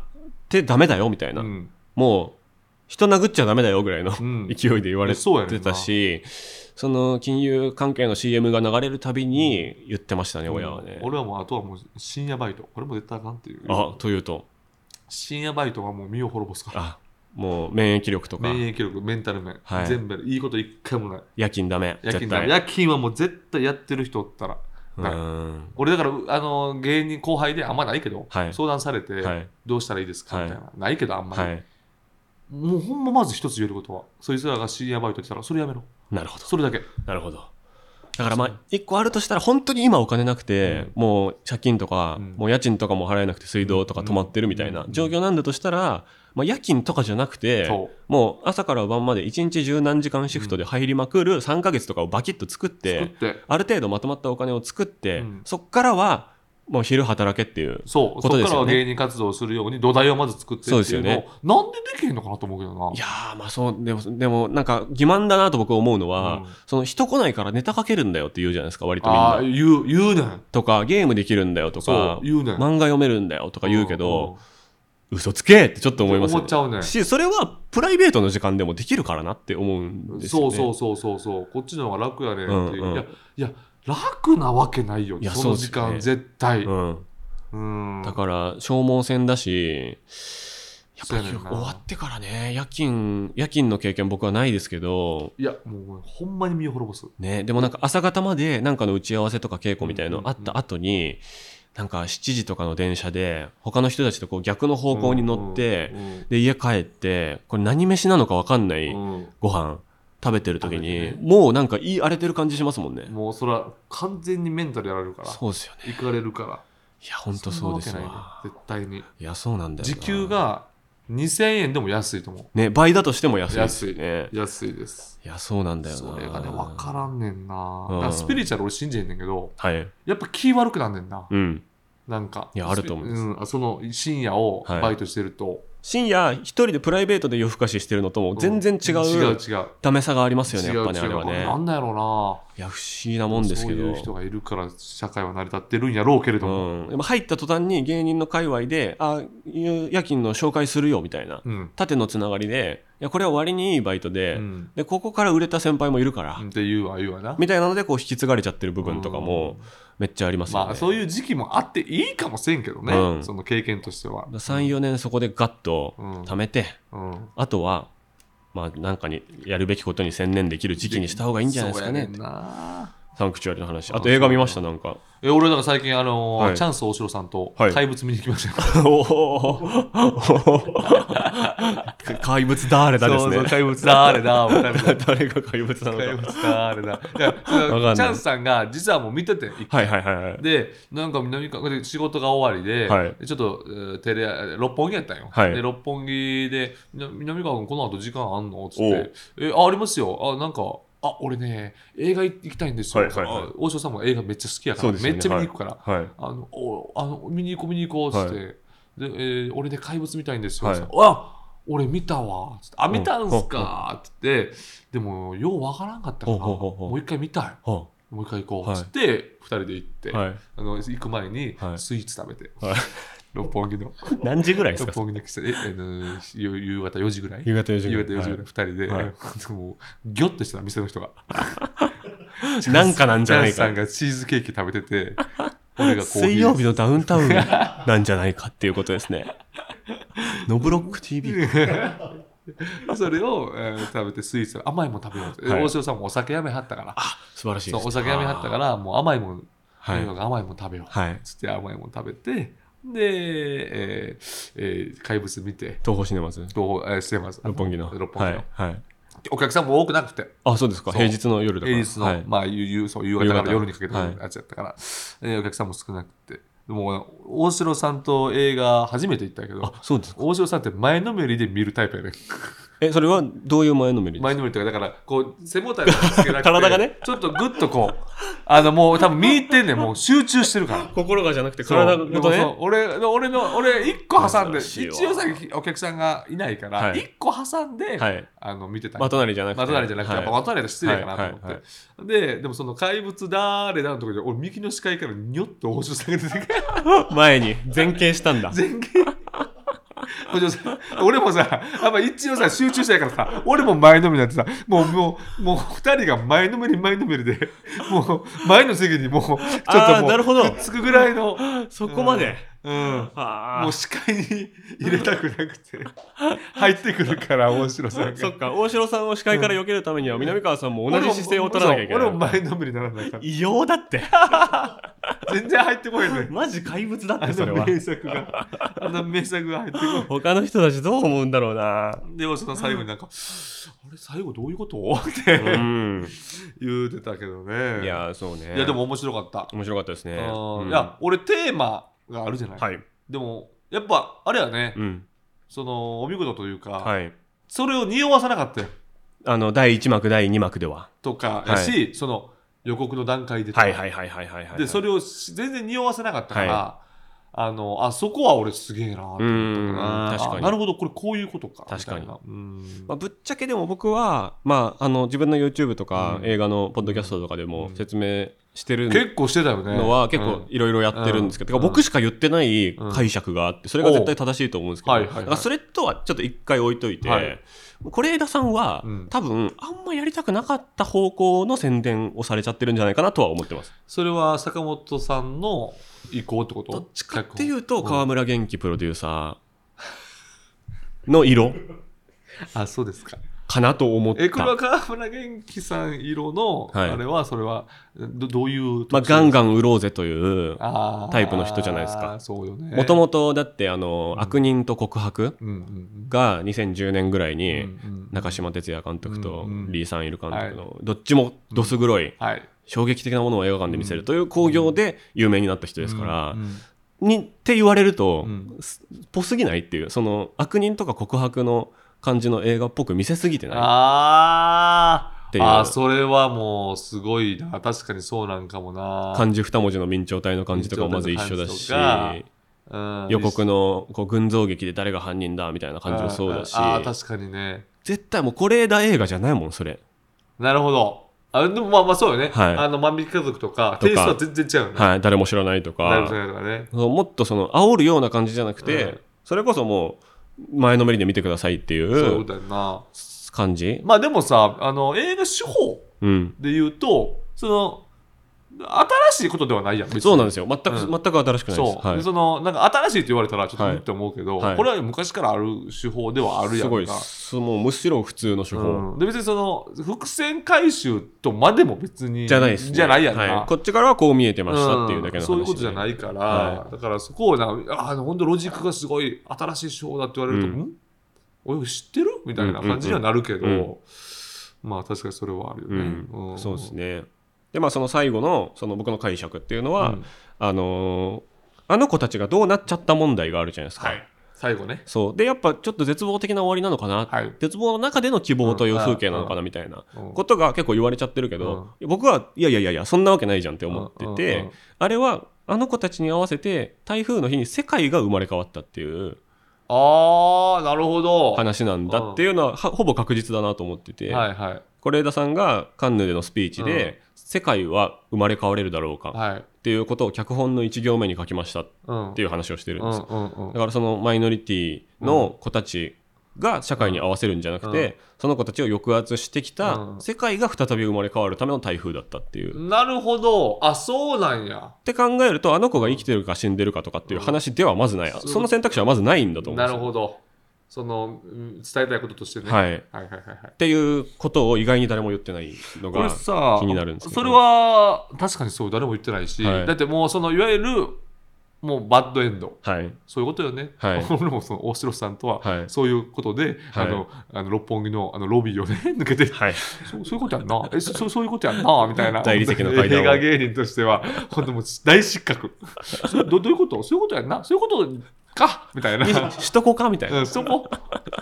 Speaker 4: 手ダメだよみたいな、
Speaker 2: うん
Speaker 4: もう人殴っちゃダメだよぐらいの
Speaker 2: ん
Speaker 4: 勢いで言われ
Speaker 2: そうやねんな
Speaker 4: てたし、その金融関係の CM が流れるたびに言ってましたね、親はね。
Speaker 2: 俺はもうあとはもう深夜バイトこれも絶対あかんっていう
Speaker 4: あというと
Speaker 2: 深夜バイトはもう身を滅ぼすから
Speaker 4: あもう免疫力とか
Speaker 2: 免疫力メンタル面、
Speaker 4: はい
Speaker 2: 全部いいこと一回もない
Speaker 4: 夜勤ダメ
Speaker 2: 夜
Speaker 4: 絶
Speaker 2: 勤だ
Speaker 4: 対
Speaker 2: 夜勤はもう絶対やってる人おったら
Speaker 4: う
Speaker 2: ない
Speaker 4: ーん
Speaker 2: 俺だからうあの芸人後輩であんまないけど、
Speaker 4: はい
Speaker 2: 相談されて、
Speaker 4: はい
Speaker 2: どうしたらいいですか
Speaker 4: はい
Speaker 2: みたいなないけどあんまり、
Speaker 4: はい
Speaker 2: もうほんままず一つ言えることはそいつらが深夜バイト来たらそれやめろ
Speaker 4: なるほど
Speaker 2: それだけ
Speaker 4: なるほどだからまあ1個あるとしたら本当に今お金なくて、もう借金とか、
Speaker 2: うん
Speaker 4: もう家賃とかも払えなくて水道とか止まってるみたいな
Speaker 2: うん
Speaker 4: 状況なんだとしたら、まあ、夜勤とかじゃなくて
Speaker 2: そ
Speaker 4: もう朝から晩まで1日十何時間シフトで入りまくる3ヶ月とかをバキッと作って、
Speaker 2: 作って
Speaker 4: ある程度まとまったお金を作って、
Speaker 2: うん
Speaker 4: そっからはもう昼働けっていう
Speaker 2: そう、
Speaker 4: こ
Speaker 2: そ
Speaker 4: と
Speaker 2: こ
Speaker 4: で
Speaker 2: か
Speaker 4: す
Speaker 2: ら
Speaker 4: よ
Speaker 2: は
Speaker 4: ね
Speaker 2: 芸人活動をするように土台をまず作ってって
Speaker 4: そ
Speaker 2: いうの
Speaker 4: う
Speaker 2: を
Speaker 4: ですよね。
Speaker 2: なんでできへんのかなと思うけどない
Speaker 4: やーまあそうでもでもなんか欺瞞だなと僕思うのは、
Speaker 2: うん
Speaker 4: その人来ないからネタかけるんだよって言うじゃないですか割とみん
Speaker 2: あ
Speaker 4: な
Speaker 2: あ、言う、言うねん。
Speaker 4: とかゲームできるんだよと
Speaker 2: そ
Speaker 4: か
Speaker 2: う、言うねん。
Speaker 4: 漫画読めるんだよとか言うけ
Speaker 2: ん
Speaker 4: ど、、嘘つけってちょっと思いますよ
Speaker 2: 思っちゃうね
Speaker 4: しそれはプライベートの時間でもできるからなって思うん
Speaker 2: うん
Speaker 4: ですよ
Speaker 2: そ
Speaker 4: ね
Speaker 2: うそうそうそうそう、こっちの方が楽やねんっていう。
Speaker 4: うんうん
Speaker 2: いや、いや、楽なわけないよ
Speaker 4: いや、
Speaker 2: その
Speaker 4: そうで
Speaker 2: 時
Speaker 4: すよね
Speaker 2: 間、絶対。うん。
Speaker 4: うん、だから消耗戦だしやっぱり
Speaker 2: そうやねんな
Speaker 4: 終わってからね夜勤夜勤の経験僕はないですけど
Speaker 2: いや、もう、ほんまに身を滅ぼす。
Speaker 4: ね、でもなんか朝方までなんかの打ち合わせとか稽古みたい
Speaker 2: うんう
Speaker 4: の
Speaker 2: んうん
Speaker 4: あった後に、なんか7時とかの電車で他の人たちとこう逆の方向に乗って、
Speaker 2: うん
Speaker 4: で家帰ってこれ何飯なのか分かんない
Speaker 2: うんうん
Speaker 4: ご飯食べてる時に、
Speaker 2: 食べて
Speaker 4: もうなんか言い荒れてる感じしますもんね
Speaker 2: もう、それは完全にメンタルやられるから、
Speaker 4: そうですよね
Speaker 2: 行かれるから。
Speaker 4: いやほんとそうです
Speaker 2: んな
Speaker 4: わ
Speaker 2: わけないね、絶対に。
Speaker 4: いやそうなんだよな
Speaker 2: 時給が2000円でも安いと思う。
Speaker 4: ね倍だとしても安いです
Speaker 2: 安
Speaker 4: よ
Speaker 2: い
Speaker 4: ね。
Speaker 2: 安いです。
Speaker 4: いやそうなんだよな
Speaker 2: それがね、分からんねんな。
Speaker 4: うん
Speaker 2: だからスピリチュアル俺信じへんねんけど、
Speaker 4: はい
Speaker 2: やっぱ気悪くなんねんな。
Speaker 4: うん
Speaker 2: なんか。
Speaker 4: いやあると思うんです
Speaker 2: んあその深夜を
Speaker 4: はい
Speaker 2: バイトしてると、
Speaker 4: 深夜一人でプライベートで夜更かししてるのとも全然違う、
Speaker 2: 違う違う。
Speaker 4: ダメさがありますよね
Speaker 2: 違
Speaker 4: やっ
Speaker 2: う
Speaker 4: ぱねあ
Speaker 2: 違
Speaker 4: れ
Speaker 2: う。
Speaker 4: は
Speaker 2: これ
Speaker 4: ね
Speaker 2: なんだやろうない
Speaker 4: や不思議なもんです
Speaker 2: そう
Speaker 4: けど
Speaker 2: いう人がいるから社会は成り立ってるんやろうけれども。
Speaker 4: うん、でも入った途端に芸人の界隈で「あいう夜勤の紹介するよ」みたいな
Speaker 2: うん。
Speaker 4: 縦のつながりでいやこれは割にいいバイト
Speaker 2: う
Speaker 4: で,、
Speaker 2: ん。
Speaker 4: でここから売れた先輩もいるから、
Speaker 2: って言うわ、言うわな。
Speaker 4: みたいなのでこう引き継がれちゃってる部分とかもめっちゃありますよね、
Speaker 2: まあ、そういう時期もあっていいかもしれんけどね、
Speaker 4: うん
Speaker 2: その経験としては。
Speaker 4: 34年そこでガッと貯めて、
Speaker 2: うん。
Speaker 4: あとは、まあ、なんかにやるべきことに専念できる時期にした方がいいんじゃないですかね
Speaker 2: そうやんな
Speaker 4: サンクチュアリの話あと映画見ましたなんか
Speaker 2: え俺なんか最近あのー
Speaker 4: はい
Speaker 2: チャンス大城さんと
Speaker 4: はい
Speaker 2: 怪物見に行きました よ、
Speaker 4: お怪物だあれだですね
Speaker 2: そうそう怪物だあれだみたいな
Speaker 4: 誰が怪物な
Speaker 2: 怪
Speaker 4: の
Speaker 2: 物
Speaker 4: か
Speaker 2: だあれだいや
Speaker 4: かんない
Speaker 2: チャンスさんが実はもう見てて一
Speaker 4: はいはいはいはい
Speaker 2: でなんか南かで仕事が終わりで、
Speaker 4: はい
Speaker 2: ちょっと、えーテレえー六本木やったんよ、
Speaker 4: はい
Speaker 2: で六本木で「みな南川君この後時間あんの?」っつ
Speaker 4: お
Speaker 2: って
Speaker 4: う
Speaker 2: 「えあありますよあなんかあ俺ね映画行きたいんですよ」
Speaker 4: はいはいはい
Speaker 2: あ大城さんも映画めっちゃ好きやか
Speaker 4: そ
Speaker 2: ら、
Speaker 4: うです
Speaker 2: め
Speaker 4: よね
Speaker 2: っちゃ見に行くから、
Speaker 4: はい
Speaker 2: あのおあの見に行こう見に行こう」っつって、
Speaker 4: は
Speaker 2: でえー俺ね怪物見たいんですよ」
Speaker 4: はい
Speaker 2: つってあ俺見たわ」つって「あ見たんす
Speaker 4: うん
Speaker 2: か」っつってでもようわからんかったから
Speaker 4: ほうほうほうほう
Speaker 2: もう一回見たい
Speaker 4: は
Speaker 2: もう一回行こう」
Speaker 4: は
Speaker 2: っ
Speaker 4: い
Speaker 2: つって二人で行って。
Speaker 4: いはい
Speaker 2: あの行く前に
Speaker 4: はい
Speaker 2: スイーツ食べて、
Speaker 4: はい
Speaker 2: 六本木の
Speaker 4: 何時ぐらいです
Speaker 2: 六
Speaker 4: か
Speaker 2: 本木の喫茶えあの夕夕方4時ぐらい
Speaker 4: 夕方4時
Speaker 2: 夕
Speaker 4: ぐらい
Speaker 2: 方4時ぐらい、二人で、
Speaker 4: はい
Speaker 2: もうギョッとした店の人が
Speaker 4: なんかなんじゃない
Speaker 2: ジャンさん
Speaker 4: か
Speaker 2: がチーズケーキ食べてて俺がコーヒー
Speaker 4: 水曜日のダウンタウンなんじゃないかっていうことですね ノブロック TV
Speaker 2: それを、えー食べてスイーツ甘いもん食べようって、
Speaker 4: はい
Speaker 2: 大城さんもお酒やめはったから
Speaker 4: 素晴らしいで
Speaker 2: そ
Speaker 4: す
Speaker 2: うお酒やめはったからもう甘いもん、
Speaker 4: はい
Speaker 2: とにかく甘いもん食べよう、
Speaker 4: はい
Speaker 2: つって甘いもん食べてで、えーえー怪物見て
Speaker 4: 東宝シネマズ
Speaker 2: どう、えー、してます
Speaker 4: 六本木の
Speaker 2: 六本木の、
Speaker 4: はいはい
Speaker 2: お客さんも多くなくて
Speaker 4: あそうですか
Speaker 2: そう
Speaker 4: 平日の夜だから
Speaker 2: 平日の、
Speaker 4: はい
Speaker 2: まあ、ゆゆそう夕方か
Speaker 4: 夕
Speaker 2: ら
Speaker 4: 方
Speaker 2: 夜にかけての
Speaker 4: はい
Speaker 2: やつやったから、えーお客さんも少なくてでも大城さんと映画初めて行ったけど
Speaker 4: あそうですか
Speaker 2: 大城さんって前のめりで見るタイプやね
Speaker 4: えそれはどういう前のめりで
Speaker 2: 前
Speaker 4: すか
Speaker 2: のめりというかだからこう背もたれがつけなくて
Speaker 4: 体がね
Speaker 2: ちょっとグッとこうあのもう多分見入ってんねんもう集中してるから
Speaker 4: 心がじゃなくて
Speaker 2: そうでもそう俺俺の俺一個挟んで
Speaker 4: 恐
Speaker 2: 一
Speaker 4: ろしいわ
Speaker 2: 応さお客さんがいないから、
Speaker 4: はい
Speaker 2: 一個挟んで、
Speaker 4: はい
Speaker 2: あの見てた
Speaker 4: まとなりじゃなくて
Speaker 2: まとなりじゃなくて、
Speaker 4: は
Speaker 2: やっぱまとなりだと失礼かなと思って、
Speaker 4: はいはい
Speaker 2: ででもその怪物だーれだのところで俺右の視界からニョッと大城さんが出てきて
Speaker 4: 前に前傾した んだ
Speaker 2: 前傾大城さん俺もさあんま一応さ集中したいからさ俺も前のめりになってさもうもうもう二人が前のめり前のめりでもう前の席にもうちょっ
Speaker 4: あ
Speaker 2: と
Speaker 4: ー
Speaker 2: も
Speaker 4: なる
Speaker 2: う
Speaker 4: ほど
Speaker 2: くっつくぐらいの、
Speaker 4: そこまで
Speaker 2: うん、
Speaker 4: あ
Speaker 2: もう視界に入れたくなくて入ってくるから大城さん
Speaker 4: あそ
Speaker 2: が
Speaker 4: っか大城さんを視界から避けるためには南川さんも同じ姿勢を取らなきゃいけ
Speaker 2: そう俺も
Speaker 4: ない
Speaker 2: 前のめりにならないか ら
Speaker 4: 異様だ って
Speaker 2: 全然入ってこないのよ
Speaker 4: マジ怪物だっ
Speaker 2: あ
Speaker 4: てそれ
Speaker 2: の
Speaker 4: は
Speaker 2: 名作が、あの名作が入ってくる。
Speaker 4: 他の人たちどう思うんだろうな
Speaker 2: でもその最後になんか、あれ最後どういうことって
Speaker 4: うん
Speaker 2: 言うてたけどね。
Speaker 4: いやそうね
Speaker 2: いやでも面白かった。
Speaker 4: 面白かったですね
Speaker 2: あー
Speaker 4: うん
Speaker 2: いや俺テーマがあるじゃない。
Speaker 4: はい
Speaker 2: でもやっぱあれやね、
Speaker 4: うん
Speaker 2: そのお見事というか、
Speaker 4: はい
Speaker 2: それを匂わさなかったよ
Speaker 4: あの第1幕第2幕では
Speaker 2: とかやし、その予告の段階でとか、
Speaker 4: はいはいはいはいはいはい
Speaker 2: でそ
Speaker 4: れ
Speaker 2: れをし全然匂わせなかったから。
Speaker 4: は
Speaker 2: あのあそこは俺すげえなと思ったか
Speaker 4: うん
Speaker 2: ら
Speaker 4: 確かに
Speaker 2: あなるほどこれこういうことか
Speaker 4: 確かに
Speaker 2: みたいなうん
Speaker 4: まあ、ぶっちゃけでも僕は、まあ、あの自分の YouTube とか
Speaker 2: うん
Speaker 4: 映画のポッドキャストとかでも
Speaker 2: うん
Speaker 4: 説明してる
Speaker 2: 結構してたよね
Speaker 4: のは
Speaker 2: うん
Speaker 4: 結構いろいろやってるんですけど、
Speaker 2: うん
Speaker 4: てか僕しか言ってない解釈があってそれが絶対正しいと思うんですけど、
Speaker 2: はいはいはい
Speaker 4: だからそれとはちょっと一回置いといて、
Speaker 2: はい
Speaker 4: 是枝さんは、
Speaker 2: うん
Speaker 4: 多分あんまやりたくなかった方向の宣伝をされちゃってるんじゃないかなとは思ってます。
Speaker 2: それは坂本さんの意向ってこと
Speaker 4: どっちかっていう
Speaker 2: う
Speaker 4: と
Speaker 2: ん
Speaker 4: 川村元気プロデューサーの色
Speaker 2: あそうですか
Speaker 4: かなと思った。
Speaker 2: えこれは川村元気さん色の、
Speaker 4: はい
Speaker 2: あれはそれはどどういう
Speaker 4: まあ、ガンガン売ろうぜという
Speaker 2: ン
Speaker 4: タイプの人じゃないですか
Speaker 2: そうよね
Speaker 4: もともとだってあの、悪人と告白
Speaker 2: うんうん
Speaker 4: が2010年ぐらい
Speaker 2: うんう
Speaker 4: に
Speaker 2: ん
Speaker 4: 中島哲也監督と
Speaker 2: うんうん
Speaker 4: リー・サンイル監督のどっちもどす黒い
Speaker 2: はい
Speaker 4: 衝撃的なものを映画館で見せるという興行で有名になった人ですから
Speaker 2: うんうん
Speaker 4: にって言われると
Speaker 2: うん
Speaker 4: すっぽすぎないっていうその悪人とか告白の感じの映画っぽく見せすぎてな
Speaker 2: あ
Speaker 4: って
Speaker 2: ー
Speaker 4: いう
Speaker 2: あーそれはもうすごいな確かにそうなんかもない
Speaker 4: 漢字二文字の明朝体の感じとかもまず一緒だ
Speaker 2: 明朝
Speaker 4: し
Speaker 2: 体の感じとうん
Speaker 4: 予告のこう群像劇で誰が犯人だみたいな感じもそうだし
Speaker 2: あーあー確かにね
Speaker 4: 絶対もう是枝映画じゃないもんそれ
Speaker 2: なるほど。あでもまあまあそうよね。
Speaker 4: はい
Speaker 2: あの万引き家族とか、
Speaker 4: とか
Speaker 2: テイストは全然違うよね。
Speaker 4: はい、誰も知らないと
Speaker 2: なるほ
Speaker 4: か、
Speaker 2: どね。
Speaker 4: そうもっとその煽るような感じじゃなくて、
Speaker 2: うん
Speaker 4: それこそもう前のめりで見てくださいってい
Speaker 2: そう
Speaker 4: う
Speaker 2: だよな。
Speaker 4: 感じ。
Speaker 2: まあでもさ、あの映画手法
Speaker 4: うん、
Speaker 2: で言うと、その新しいことではないやん別に
Speaker 4: そうなんですよ。全く、
Speaker 2: うん
Speaker 4: 全く新しくないです。
Speaker 2: そう、
Speaker 4: はい
Speaker 2: でそのなんか新しいって言われたらちょっとうんって思うけど、
Speaker 4: はいはい
Speaker 2: これは昔からある手法ではあるやんか
Speaker 4: すごいすもうむしろ普通の手法、
Speaker 2: うん、で別にその伏線回収とまでも別に
Speaker 4: じゃないですね
Speaker 2: じゃないやんか、
Speaker 4: はいこっちからはこう見えてましたっていうだけの話で、
Speaker 2: そういうことじゃないから、
Speaker 4: は
Speaker 2: だからそこをなああ本当ロジックがすごい新しい手法だって言われると、
Speaker 4: うん
Speaker 2: ん俺知ってるみたいな感じにはなるけど、
Speaker 4: うんうんうん
Speaker 2: まあ確かにそれはあるよ
Speaker 4: う
Speaker 2: ね、
Speaker 4: ん
Speaker 2: ん
Speaker 4: そうですねでまあその最後のその僕の解釈っていうのは、
Speaker 2: うん
Speaker 4: あのーあの子たちがどうなっちゃった問題があるじゃないですか、
Speaker 2: はい最後ね
Speaker 4: そうでやっぱちょっと絶望的な終わりなのかな、
Speaker 2: はい
Speaker 4: 絶望の中での希望という風景なのかなみたいな
Speaker 2: うん
Speaker 4: ことが結構言われちゃってるけど、僕はいやいやいやいやそんなわけないじゃんって思ってて、
Speaker 2: うんうんうん
Speaker 4: あれはあの子たちに合わせて台風の日に世界が生まれ変わったっていう
Speaker 2: ああなるほどは
Speaker 4: 話なんだっていうのははほぼ確実だなと思ってて、
Speaker 2: いはい
Speaker 4: 是枝さんがカンヌでのスピーチで、
Speaker 2: うん
Speaker 4: 世界は生まれ変われるだろうかっ
Speaker 2: はい
Speaker 4: ていうことを脚本の1行目に書きましたっ
Speaker 2: うん
Speaker 4: ていう話をしてるんで
Speaker 2: うん
Speaker 4: すよ
Speaker 2: うんうん
Speaker 4: だからそのマイノリティの子たちが社会に合わせるんじゃなくて、
Speaker 2: う
Speaker 4: その子たちを抑圧してきた
Speaker 2: うん
Speaker 4: 世界が再び生まれ変わるための台風だったっていう。っ
Speaker 2: なるほど。あ、そうなんや。
Speaker 4: て考えるとあの子が生きてるか死んでるかとかっていう話ではまずない、
Speaker 2: うん
Speaker 4: その選択肢はまずないんだと思うん
Speaker 2: な
Speaker 4: です
Speaker 2: る
Speaker 4: よ。
Speaker 2: ほど。その、うん伝えたいこととしてね。
Speaker 4: はい、っ
Speaker 2: はいはいはいはい。
Speaker 4: ていうことを意外に誰も言ってないの
Speaker 2: これ
Speaker 4: が。
Speaker 2: さ
Speaker 4: 気になるんですけど
Speaker 2: それは確かにそう誰も言ってないし、
Speaker 4: はい
Speaker 2: だってもうそのいわゆるもうバッドエンド
Speaker 4: はい、
Speaker 2: そういうことよね、
Speaker 4: はい
Speaker 2: 俺もその大城さんと
Speaker 4: はい
Speaker 2: はそういうことで、
Speaker 4: はい
Speaker 2: あのあの六本木のあのロビーをね 抜けて、
Speaker 4: はい
Speaker 2: そうそういうことやんなえそそうそういうことやんなみたいな
Speaker 4: 大理石の階段を
Speaker 2: 映画芸人としては本当もう大失格そどどういうことそういうことやんなそういうことかみたいな
Speaker 4: しとこうかみたいな
Speaker 2: う。ん、そこ、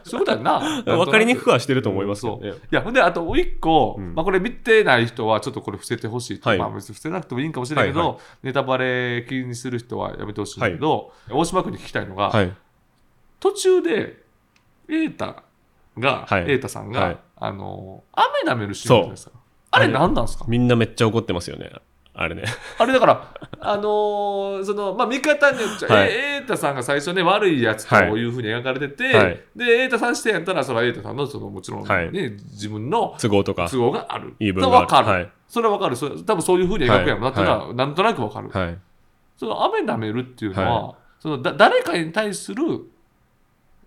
Speaker 2: そういうことやんな。
Speaker 4: 分かりにくく
Speaker 2: い
Speaker 4: はしてると思いますけど
Speaker 2: そう。
Speaker 4: ね。
Speaker 2: いや、ほんで、あと、もう一個、
Speaker 4: うん
Speaker 2: まあ、これ見てない人は、ちょっとこれ伏せてほしいと。
Speaker 4: はい
Speaker 2: まあ、別に伏せなくてもいいんかもしれないけど、
Speaker 4: はい
Speaker 2: ネタバレ気にする人はやめてほしいんだけど、大島君に聞きたいのが、
Speaker 4: はい。
Speaker 2: 途中で、瑛太が、
Speaker 4: はい
Speaker 2: 瑛太さんが、
Speaker 4: はい
Speaker 2: あの、雨舐めるシーンあるじゃないですか。あれ何なんですか
Speaker 4: みんなめっちゃ怒ってますよね。あれね。
Speaker 2: あれだから、あのーその、まあ、見方によっちゃ、
Speaker 4: はい
Speaker 2: え瑛太さんが最初ね、悪いやつと
Speaker 4: はい
Speaker 2: いうふうに描かれてて、
Speaker 4: はい
Speaker 2: で、瑛太さん視点やったら、それは瑛太さんの、その、もちろん、ね
Speaker 4: はい
Speaker 2: 自分の
Speaker 4: 都合とか。
Speaker 2: 都合がある。
Speaker 4: 言い分がある
Speaker 2: わかる、
Speaker 4: はい
Speaker 2: それはわかる。それ多分そういうふうに描くやろなっていうのは、なんとなくわかる。
Speaker 4: はい。
Speaker 2: その、雨舐めるっていうのは、
Speaker 4: は
Speaker 2: そのだ、誰かに対する、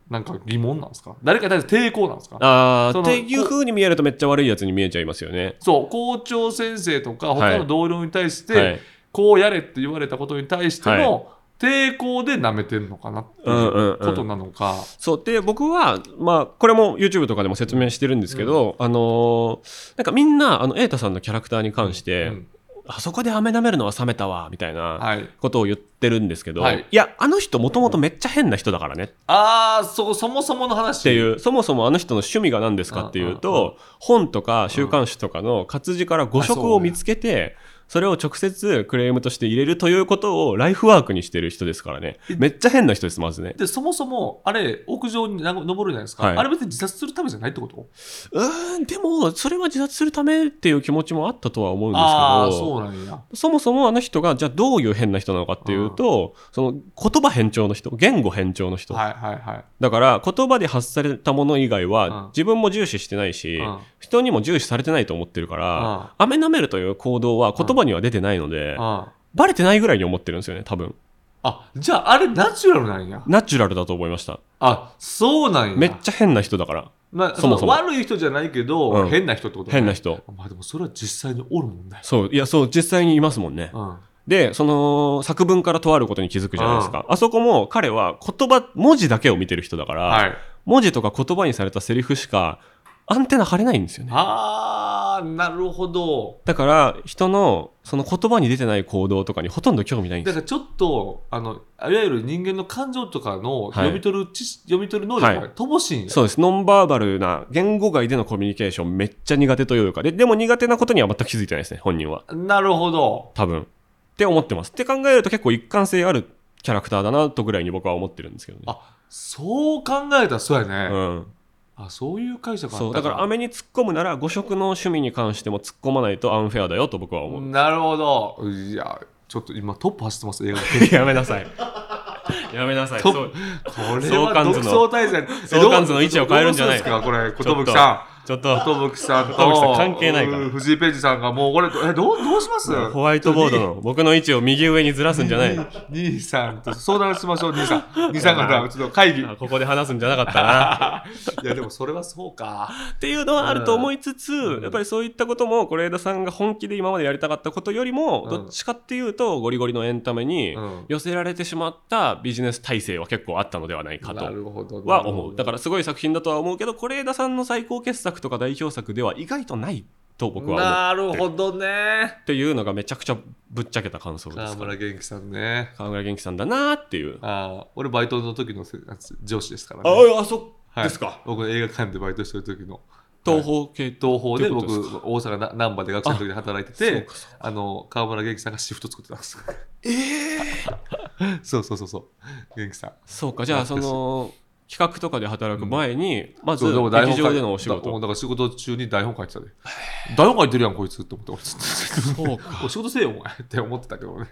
Speaker 2: なんか疑問なんですか誰かに対する抵抗なんですか
Speaker 4: ああ、
Speaker 2: そ
Speaker 4: っ
Speaker 2: の
Speaker 4: ていう風に見えるとめっちゃ悪いやつに見えちゃいますよね。
Speaker 2: そう、校長先生とか、他の同僚に対して、
Speaker 4: はい。
Speaker 2: こうやれって言われたことに対して
Speaker 4: は
Speaker 2: の抵抗で舐めてるのかなって
Speaker 4: うんうんう
Speaker 2: い
Speaker 4: ん
Speaker 2: うことなのか。
Speaker 4: そう。で、僕は、まあ、これも YouTube とかでも説明してるんですけど、あのーなんかみんな、あの、瑛太さんのキャラクターに関して、
Speaker 2: うん
Speaker 4: あそこで飴舐めるのは冷めたわ、みたいな
Speaker 2: はい、
Speaker 4: ことを言ってるんですけど、
Speaker 2: はいい、
Speaker 4: や、あの人もともとめっちゃ変な人だからね
Speaker 2: ああそそもそもの話
Speaker 4: って
Speaker 2: う
Speaker 4: いうそもそもあの人の趣味が何ですかっていう
Speaker 2: うんうん
Speaker 4: と本とか週刊誌とかの活字から誤色を見つけてそれを直接クレームとして入れるということをライフワークにしてる人ですからねめっちゃ変な人ですまずね
Speaker 2: でそもそもあれ屋上にな登るじゃないですか、
Speaker 4: はい
Speaker 2: あれ別に自殺するためじゃないってこと
Speaker 4: うーんでもそれは自殺するためっていう気持ちもあったとは思うんですけ
Speaker 2: ああ
Speaker 4: ど
Speaker 2: そうなんや
Speaker 4: そもそもあの人がじゃあどういう変な人なのかっていうと、その言葉偏調の人言語偏調の人、
Speaker 2: はいはいはい
Speaker 4: だから言葉で発されたもの以外
Speaker 2: うん
Speaker 4: は自分も重視してないし、
Speaker 2: うん
Speaker 4: 人にも重視されてないと思ってるから、飴舐めるという行動は言葉には出てないので、
Speaker 2: あ
Speaker 4: バレてないぐらいに思ってるんですよね多分
Speaker 2: あじゃああれナチュラルなんや
Speaker 4: ナチュラルだと思いました
Speaker 2: あそうなんや
Speaker 4: めっちゃ変な人だから
Speaker 2: まあ、
Speaker 4: そもそも
Speaker 2: の悪い人じゃないけど、
Speaker 4: うん
Speaker 2: 変な人ってこと
Speaker 4: 変な
Speaker 2: 人
Speaker 4: 人
Speaker 2: まあでもそれは実際におるもんね
Speaker 4: そういやそう実際にいますもんね、
Speaker 2: うん
Speaker 4: でその作文からとあることに気づくじゃないですか、あそこも彼は言葉文字だけを見てる人だから、
Speaker 2: はい
Speaker 4: 文字とか言葉にされたセリフしかアンテナ張れないんですよね
Speaker 2: ああなるほど
Speaker 4: だから人のその言葉に出てない行動とかにほとんど興味ないんで
Speaker 2: だ
Speaker 4: す
Speaker 2: からちょっとあのいわゆる人間の感情とか
Speaker 4: は
Speaker 2: の
Speaker 4: い
Speaker 2: 読み取る知識、読み取る能力
Speaker 4: は
Speaker 2: が乏しいんや、
Speaker 4: そうですノンバーバルな言語外でのコミュニケーションめっちゃ苦手というかででも苦手なことには全く気づいてないですね本人は
Speaker 2: なるほど
Speaker 4: 多分って思ってますって考えると結構一貫性あるキャラクターだなとぐらいに僕は思ってるんですけどね
Speaker 2: あそう考えたらそうやね、
Speaker 4: うん、
Speaker 2: あそういう解釈あった
Speaker 4: そうだから雨に突っ込むなら誤色の趣味に関しても突っ込まないとアンフェアだよと僕は思う、
Speaker 2: なるほどいやちょっと今トップ走ってます映画
Speaker 4: やめなさい やめなさい
Speaker 2: と
Speaker 4: そう
Speaker 2: これ
Speaker 4: 相
Speaker 2: は
Speaker 4: 関図の
Speaker 2: 独走大戦
Speaker 4: 相関図の位置を変えるんじゃない
Speaker 2: どうすんですかこれ
Speaker 4: ちょっ
Speaker 2: 寿
Speaker 4: と
Speaker 2: さ
Speaker 4: ちょっと、
Speaker 2: トムキさんと
Speaker 4: トムキさん関係ないから
Speaker 2: うん藤井ペイジさんがもうこれえどうどうします
Speaker 4: ホワイトボードの 僕の位置を右上にずらすんじゃない。
Speaker 2: 兄さんと相談しましょう兄さん兄さん方ちょっと会議い
Speaker 4: あここで話すんじゃなかった な。
Speaker 2: やでもそれはそうか
Speaker 4: っていうのはあると思いつつ、やっぱりそういったことも、是枝さんが本気で今までやりたかったことよりも、
Speaker 2: うん
Speaker 4: どっちかっていうと、ゴリゴリのエンタメに
Speaker 2: うん
Speaker 4: 寄せられてしまったビジネス体制は結構あったのではないかと
Speaker 2: な。るほど
Speaker 4: は思うだ
Speaker 2: か
Speaker 4: からすごい作品だとは思うけど是枝さんの最高傑作とか代表作では意外とないと僕は思
Speaker 2: なるほどね
Speaker 4: うっていうのがめちゃくちゃぶっちゃけた感想で
Speaker 2: 河
Speaker 4: すから
Speaker 2: 村元気さんね
Speaker 4: 川村元気さんだなーっていう
Speaker 2: あー俺バイトの時のせ上司ですからね
Speaker 4: ああそ
Speaker 2: は
Speaker 4: う
Speaker 2: い
Speaker 4: ですか
Speaker 2: 僕映画館でバイトしてる時の
Speaker 4: 東宝系と
Speaker 2: 東宝で
Speaker 4: どういうこ
Speaker 2: 僕
Speaker 4: とで
Speaker 2: 大阪な難波で学生の時に働いて
Speaker 4: あそう
Speaker 2: て
Speaker 4: かそ
Speaker 2: あの川村元気さんがシフト作ってたんですええ そうそうそうそう元気さん
Speaker 4: そうかじゃあその企画とかで働く前にまず
Speaker 2: そうでも台本
Speaker 4: 劇
Speaker 2: 書い
Speaker 4: 場でのお仕
Speaker 2: だもう
Speaker 4: 事
Speaker 2: だから仕事中に台本書いてたで台本書いてるやんこいつって思って俺ずっと
Speaker 4: そうか
Speaker 2: お仕事せえよお前って思ってたけどね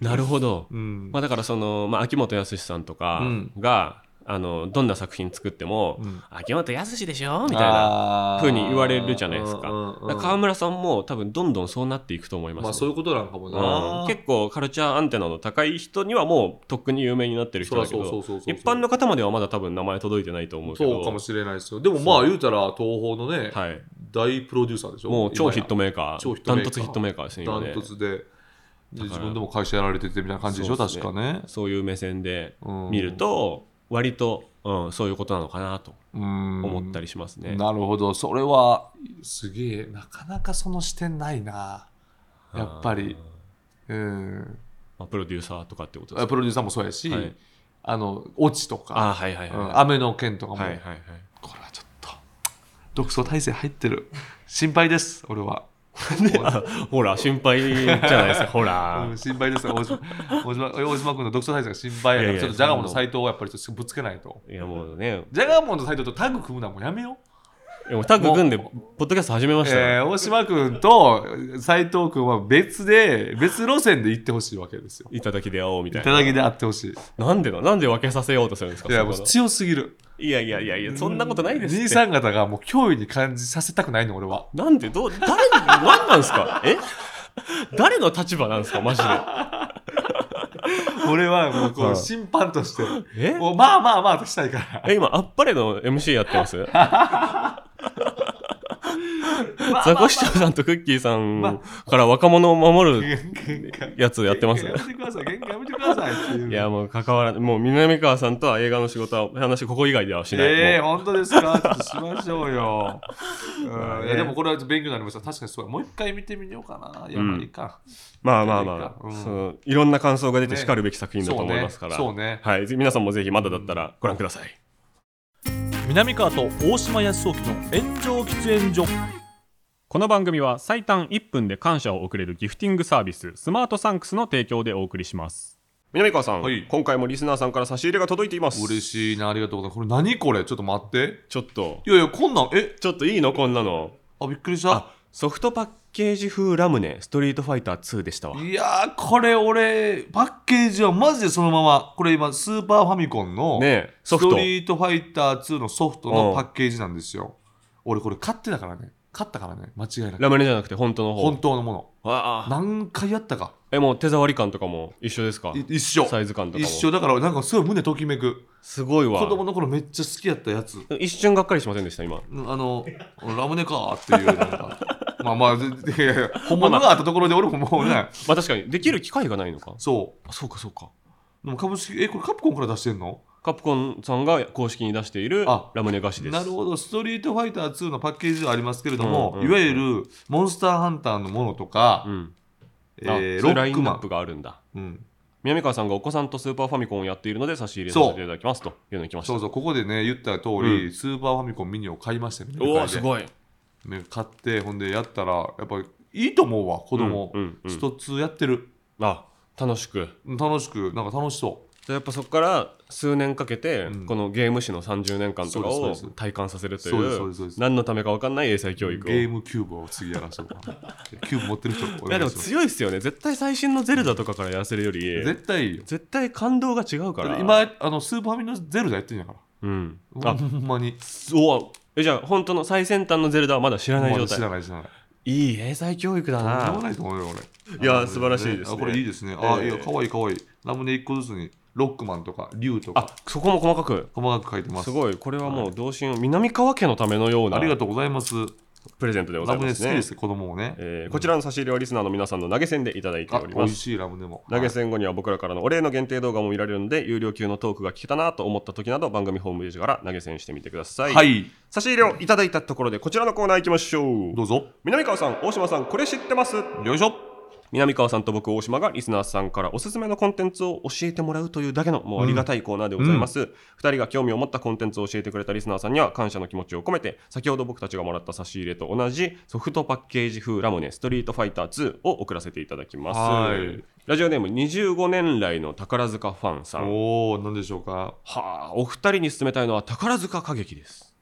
Speaker 4: なるほど
Speaker 2: うん
Speaker 4: まあだからそのまあ秋元康さんとか
Speaker 2: うん
Speaker 4: があのどんな作品作っても
Speaker 2: うん
Speaker 4: 秋元康でしょみ
Speaker 2: み
Speaker 4: たいな風に言われるじゃないですか。だから川
Speaker 2: ま
Speaker 4: 村さんも多分どんどんそうなっていくと思いますね、
Speaker 2: あそういうことなんかも
Speaker 4: う
Speaker 2: なん
Speaker 4: 結構カルチャーアンテナの高い人にはもうとっくに有名になってる人だけ
Speaker 2: そらそ
Speaker 4: ど
Speaker 2: うそうそうそう
Speaker 4: 一般の方まではまだ多分名前届いてないと思うけど
Speaker 2: そうかもしれないですよでもまあ言うたら東宝のね
Speaker 4: はい、
Speaker 2: 大プロデューサーでしょ
Speaker 4: もう超ヒットメーカ
Speaker 2: 超ヒ
Speaker 4: ー
Speaker 2: ット
Speaker 4: ダ
Speaker 2: メー
Speaker 4: ン
Speaker 2: カー
Speaker 4: トツヒットメーカーですね
Speaker 2: ダ
Speaker 4: 今
Speaker 2: ン
Speaker 4: ね
Speaker 2: トツでで自分でも会社やられててみたいな感じでしょ
Speaker 4: そうです
Speaker 2: 確
Speaker 4: ね
Speaker 2: かね
Speaker 4: そういう目線で
Speaker 2: うん
Speaker 4: 見ると割と、うん、そういうことなのかなと
Speaker 2: 思
Speaker 4: 思ったりしますね、
Speaker 2: なるほどそれはすげえなかなかその視点ないなやっぱりうん
Speaker 4: まあ、プロデューサーとかってことですか
Speaker 2: プロデューサーもそうやし、
Speaker 4: はい
Speaker 2: あのオチと
Speaker 4: あ
Speaker 2: か、
Speaker 4: はいはいはい、
Speaker 2: うん
Speaker 4: は
Speaker 2: 雨の件とか
Speaker 4: い
Speaker 2: も、
Speaker 4: はいはい
Speaker 2: これはちょっと独走体制入ってる 心配です俺は、
Speaker 4: あほら心配じゃないですかほら、
Speaker 2: うん、心配です大島大島大島君の独走体制が心配やから
Speaker 4: いやいや
Speaker 2: ちょっとジャガモンの斎藤をやっぱりちょっとぶつけないと
Speaker 4: いやもうね
Speaker 2: ジャガモンの斎藤とタッグ組むのはもうやめよう
Speaker 4: いやもうタッグ組んでポッドキャスト始めましたよ、
Speaker 2: えー大島君と斎藤君は別で別路線で行ってほしいわけです よ。
Speaker 4: いただきで会おうみたいな。
Speaker 2: 頂きであってほしい。
Speaker 4: なんでだなんで分けさせようとするんですか
Speaker 2: いやも
Speaker 4: そうこの
Speaker 2: 強すぎる。
Speaker 4: いやいやいやいや、そんなことないですって。
Speaker 2: 兄さん方がもう脅威に感じさせたくないの俺は。
Speaker 4: なんでどう、誰に、何なんですかえ誰の立場なんですかマジで。
Speaker 2: 俺 はもうこ
Speaker 4: は
Speaker 2: う
Speaker 4: い
Speaker 2: 審判として。
Speaker 4: え
Speaker 2: もうまあまあまあとしたいから。
Speaker 4: え、今、あっぱれの MC やって ます
Speaker 2: まあ
Speaker 4: ザコシショウさんとクッキーさ
Speaker 2: ま
Speaker 4: んから若者を守る
Speaker 2: 喧嘩
Speaker 4: やつやってます
Speaker 2: 喧嘩やめてください。喧嘩やめてくださいっていう。
Speaker 4: いや、もう関わらない。もう南川さんとは映画の仕事は、話ここ以外ではしない。
Speaker 2: ええ
Speaker 4: も
Speaker 2: 本当ですかちょっとしましょうよ。うんいや
Speaker 4: ね
Speaker 2: でもこれは勉強になりました。確かにそうやもう一回見てみようかな。いや、まあいいか。
Speaker 4: うまあまあまあ、
Speaker 2: うん
Speaker 4: そのいろんな感想が出てしかるべき作品だと思いますから。
Speaker 2: そうねそう
Speaker 4: はい。ぜ皆さんもぜひまだだったらご覧ください。
Speaker 5: 南川と大島康雄の炎上喫煙所
Speaker 1: この番組は最短1分で感謝を送れるギフティングサービススマートサンクスの提供でお送りします
Speaker 4: 南川さん、
Speaker 2: はい
Speaker 4: 今回もリスナーさんから差し入れが届いています
Speaker 2: 嬉しいな、ありがとうございます。これ何これちょっと待って。
Speaker 4: ちょっと
Speaker 2: いやいや、こんなん、え
Speaker 4: ちょっといいのこんなの
Speaker 2: あ、びっくりした。
Speaker 4: ソフトパッケージ風ラムネストリートファイター2でしたわ
Speaker 2: いやー、これ俺、パッケージはマジでそのまま、これ今、スーパーファミコンの、
Speaker 4: ねえソフ
Speaker 2: ス
Speaker 4: ト
Speaker 2: トリートファイター2のソフトの
Speaker 4: うん
Speaker 2: パッケージなんですよ。俺これ買ってたからね。買ったからね。間違いなく。
Speaker 4: ラムネじゃなくて本当の方
Speaker 2: 本当のも
Speaker 4: あ
Speaker 2: の。
Speaker 4: あ
Speaker 2: 何回やったか。
Speaker 4: えもう手触り感とかも一緒ですか
Speaker 2: い一緒。
Speaker 4: サイズ感とか
Speaker 2: 一
Speaker 4: も
Speaker 2: 緒。だから、なんかすごい胸ときめく。
Speaker 4: すごい
Speaker 2: 子
Speaker 4: わ
Speaker 2: 供の頃めっちゃ好きやったやつ。
Speaker 4: 一瞬がっかりしませんでした今
Speaker 2: うんあの、ラムネかーっていう、なんか。まあまあ、でいやいや本物があったところで俺ももうね、
Speaker 4: まあ確かにできる機会がないのか
Speaker 2: そう。
Speaker 4: あそうかそうか
Speaker 2: でも株式、え、これカプコンから出してんの
Speaker 4: カプコンさんが公式に出している
Speaker 2: あ
Speaker 4: ラムネ菓子です
Speaker 2: なるほど、ストリートファイター2のパッケージはありますけれども、
Speaker 4: うんうん
Speaker 2: いわゆるモンスターハンターのものとか、
Speaker 4: うん
Speaker 2: え
Speaker 4: あ
Speaker 2: ー
Speaker 4: そう
Speaker 2: ロ
Speaker 4: いうライ
Speaker 2: ック
Speaker 4: ンナ
Speaker 2: マ
Speaker 4: ップ
Speaker 2: ン、
Speaker 4: があるんだ
Speaker 2: うん、
Speaker 4: 南川さんがお子さんとスーパーファミコンをやっているので差し入れさせていただきますというのに来ました
Speaker 2: そうそう、ここでね、言った通り、スーパーファミコンミニを買いましたよね。
Speaker 4: お
Speaker 2: 買
Speaker 4: お
Speaker 2: って
Speaker 4: すごい
Speaker 2: ね、買って、ほんでやったら、やっぱいいと思うわ、子供、
Speaker 4: うんうんうん
Speaker 2: スト2やってる。
Speaker 4: あ楽しく
Speaker 2: 楽しく、なんか楽しそう。
Speaker 4: でやっぱそこから数年かけて、
Speaker 2: ん
Speaker 4: このゲーム史の30年間とか
Speaker 2: そう
Speaker 4: を
Speaker 2: ですそうです
Speaker 4: 体感させるとい
Speaker 2: そうですそうですそうで
Speaker 4: う
Speaker 2: す
Speaker 4: 何のためか分かんない英才教育を
Speaker 2: ゲームキューブを次やらせてもら うキューブ持ってる人、お
Speaker 4: いや
Speaker 2: 願
Speaker 4: で
Speaker 2: い
Speaker 4: も
Speaker 2: します。
Speaker 4: 強いですよね絶対最新の「ゼルダ」とかからやらせるより
Speaker 2: 絶対いいよ。
Speaker 4: 絶対感動が違うか
Speaker 2: だっ
Speaker 4: ら
Speaker 2: て今、あのスーパーファミのゼルダやってんやから。
Speaker 4: うん
Speaker 2: ほんまに。
Speaker 4: おわええじゃあ本当の最先端のゼルダはまだ知らない
Speaker 2: ま
Speaker 4: 状
Speaker 2: だ知ら
Speaker 4: 態
Speaker 2: ない知らない
Speaker 4: いい英才教育だ
Speaker 2: とんでも
Speaker 4: な
Speaker 2: ないと思うよ俺
Speaker 4: いや素晴らしいですね
Speaker 2: あこれいいですねあ、
Speaker 4: ええ
Speaker 2: いやかわいいかわいいラムネ一個ずつにロックマンとか竜とか
Speaker 4: あそこも細かく
Speaker 2: 細かく書いてます
Speaker 4: すごいこれはもう童心を南川家のためのよう
Speaker 2: あ
Speaker 4: な
Speaker 2: りがとうございます
Speaker 4: プレゼントでござ
Speaker 2: ラ
Speaker 4: い
Speaker 2: ムネ
Speaker 4: ま
Speaker 2: 好き
Speaker 4: すね
Speaker 2: です子供をね、
Speaker 4: えーこちらの差し入れはリスナーの皆さんの投げ銭でいただいて
Speaker 2: あ
Speaker 4: おり
Speaker 2: 美
Speaker 4: ま
Speaker 2: 味
Speaker 4: す
Speaker 2: しいラムネも
Speaker 4: 投げ銭後には僕らからのお礼の限定動画も見られるので有料級のトークが聞けたなと思った時など番組ホームページから投げ銭してみてください、
Speaker 2: はい、はい、
Speaker 4: 差し入れをいただいたところでこちらのコーナー行きましょう
Speaker 2: どうぞ
Speaker 4: 南川さん大島さんこれ知ってます
Speaker 2: よいしょ
Speaker 4: 南川さんと僕大島がリスナーさんからおすすめのコンテンツを教えてもらうというだけのもうありがたいコーナーでございます、二人が興味を持ったコンテンツを教えてくれたリスナーさんには感謝の気持ちを込めて先ほど僕たちがもらった差し入れと同じソフトパッケージ風ラムネストリートファイター2を送らせていただきます、
Speaker 2: はい
Speaker 4: ラジオネーム25年来の宝塚ファンさん
Speaker 2: おお何でしょうか
Speaker 4: はあお二人に勧めたいのは宝塚歌劇です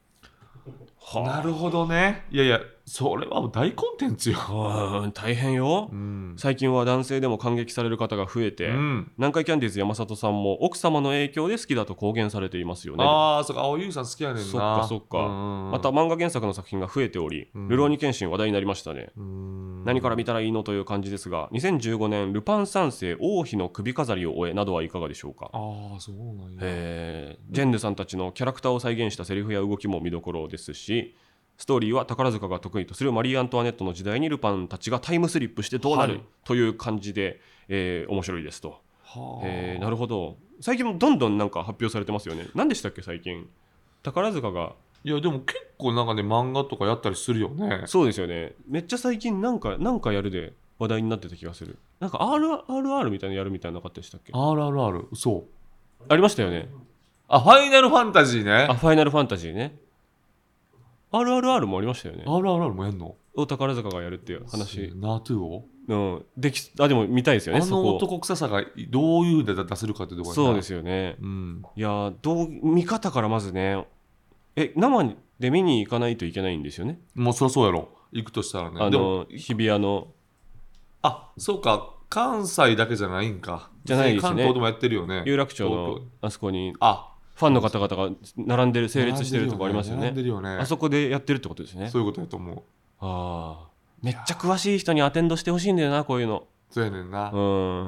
Speaker 4: はあ
Speaker 2: なるほどねいやいやそれは大コンテンツよ
Speaker 4: はあ大変よ、
Speaker 2: うん、
Speaker 4: 最近は男性でも感激される方が増えて、
Speaker 2: うん、
Speaker 4: 南海キャンディーズ山里さんも奥様の影響で好きだと公言されていますよね
Speaker 2: ああそっか青優さん好きやねんな
Speaker 4: そっかそっか
Speaker 2: うん
Speaker 4: また漫画原作の作品が増えており「
Speaker 2: うん
Speaker 4: ルローニケンシン」話題になりましたね
Speaker 2: うん
Speaker 4: 何から見たらいいのという感じですが2015年「ルパン三世王妃の首飾りを終え」などはいかがでしょうか
Speaker 2: ああそうなんや
Speaker 4: えージェンヌさんたちのキャラクターを再現したセリフや動きも見どころですしストーリーは宝塚が得意とするマリー・アントワネットの時代にルパンたちがタイムスリップしてどうな
Speaker 2: は
Speaker 4: る
Speaker 2: い
Speaker 4: という感じで、えー面白いですと、
Speaker 2: はあ
Speaker 4: えーなるほど最近もどんどんなんか発表されてますよね何でしたっけ最近宝塚が
Speaker 2: いやでも結構なんかね漫画とかやったりするよね
Speaker 4: そうですよねめっちゃ最近なんかなんかやるで話題になってた気がするなんか RRR みたいなのやるみたいなのなかったでしたっけあ
Speaker 2: RRR そう
Speaker 4: りましたよね
Speaker 2: あファイナルファンタジーね
Speaker 4: あファイナルファンタジーね RRR もありましたよね
Speaker 2: RRR もやんの
Speaker 4: を宝塚がやるっていう話、
Speaker 2: ナートゥーを
Speaker 4: うん、できあでも見たいですよ
Speaker 2: あ
Speaker 4: ね、そ
Speaker 2: の
Speaker 4: こ。
Speaker 2: 男臭さがどういうで出せるかってところ
Speaker 4: そうですすよね。
Speaker 2: うん
Speaker 4: いやーどう、見方からまずね、え、生で見に行かないといけないんですよね、
Speaker 2: もうそりゃそうやろ行くとしたらね
Speaker 4: あ
Speaker 2: で
Speaker 4: の
Speaker 2: も
Speaker 4: 日比谷の。
Speaker 2: あそうか関西だけじゃないんか
Speaker 4: じゃないですね
Speaker 2: 関東でもやってるよね
Speaker 4: 有楽町の
Speaker 2: 東京
Speaker 4: あそこに
Speaker 2: あ
Speaker 4: ファンの方々が並んでる整列してるとこありますよね
Speaker 2: 並んでるよね
Speaker 4: あそこでやってるってことですね
Speaker 2: そういうことやと思う
Speaker 4: あーめっちゃ詳しい人にアテンドしてほしいんだよなこういうの
Speaker 2: そうやねんな、
Speaker 4: うん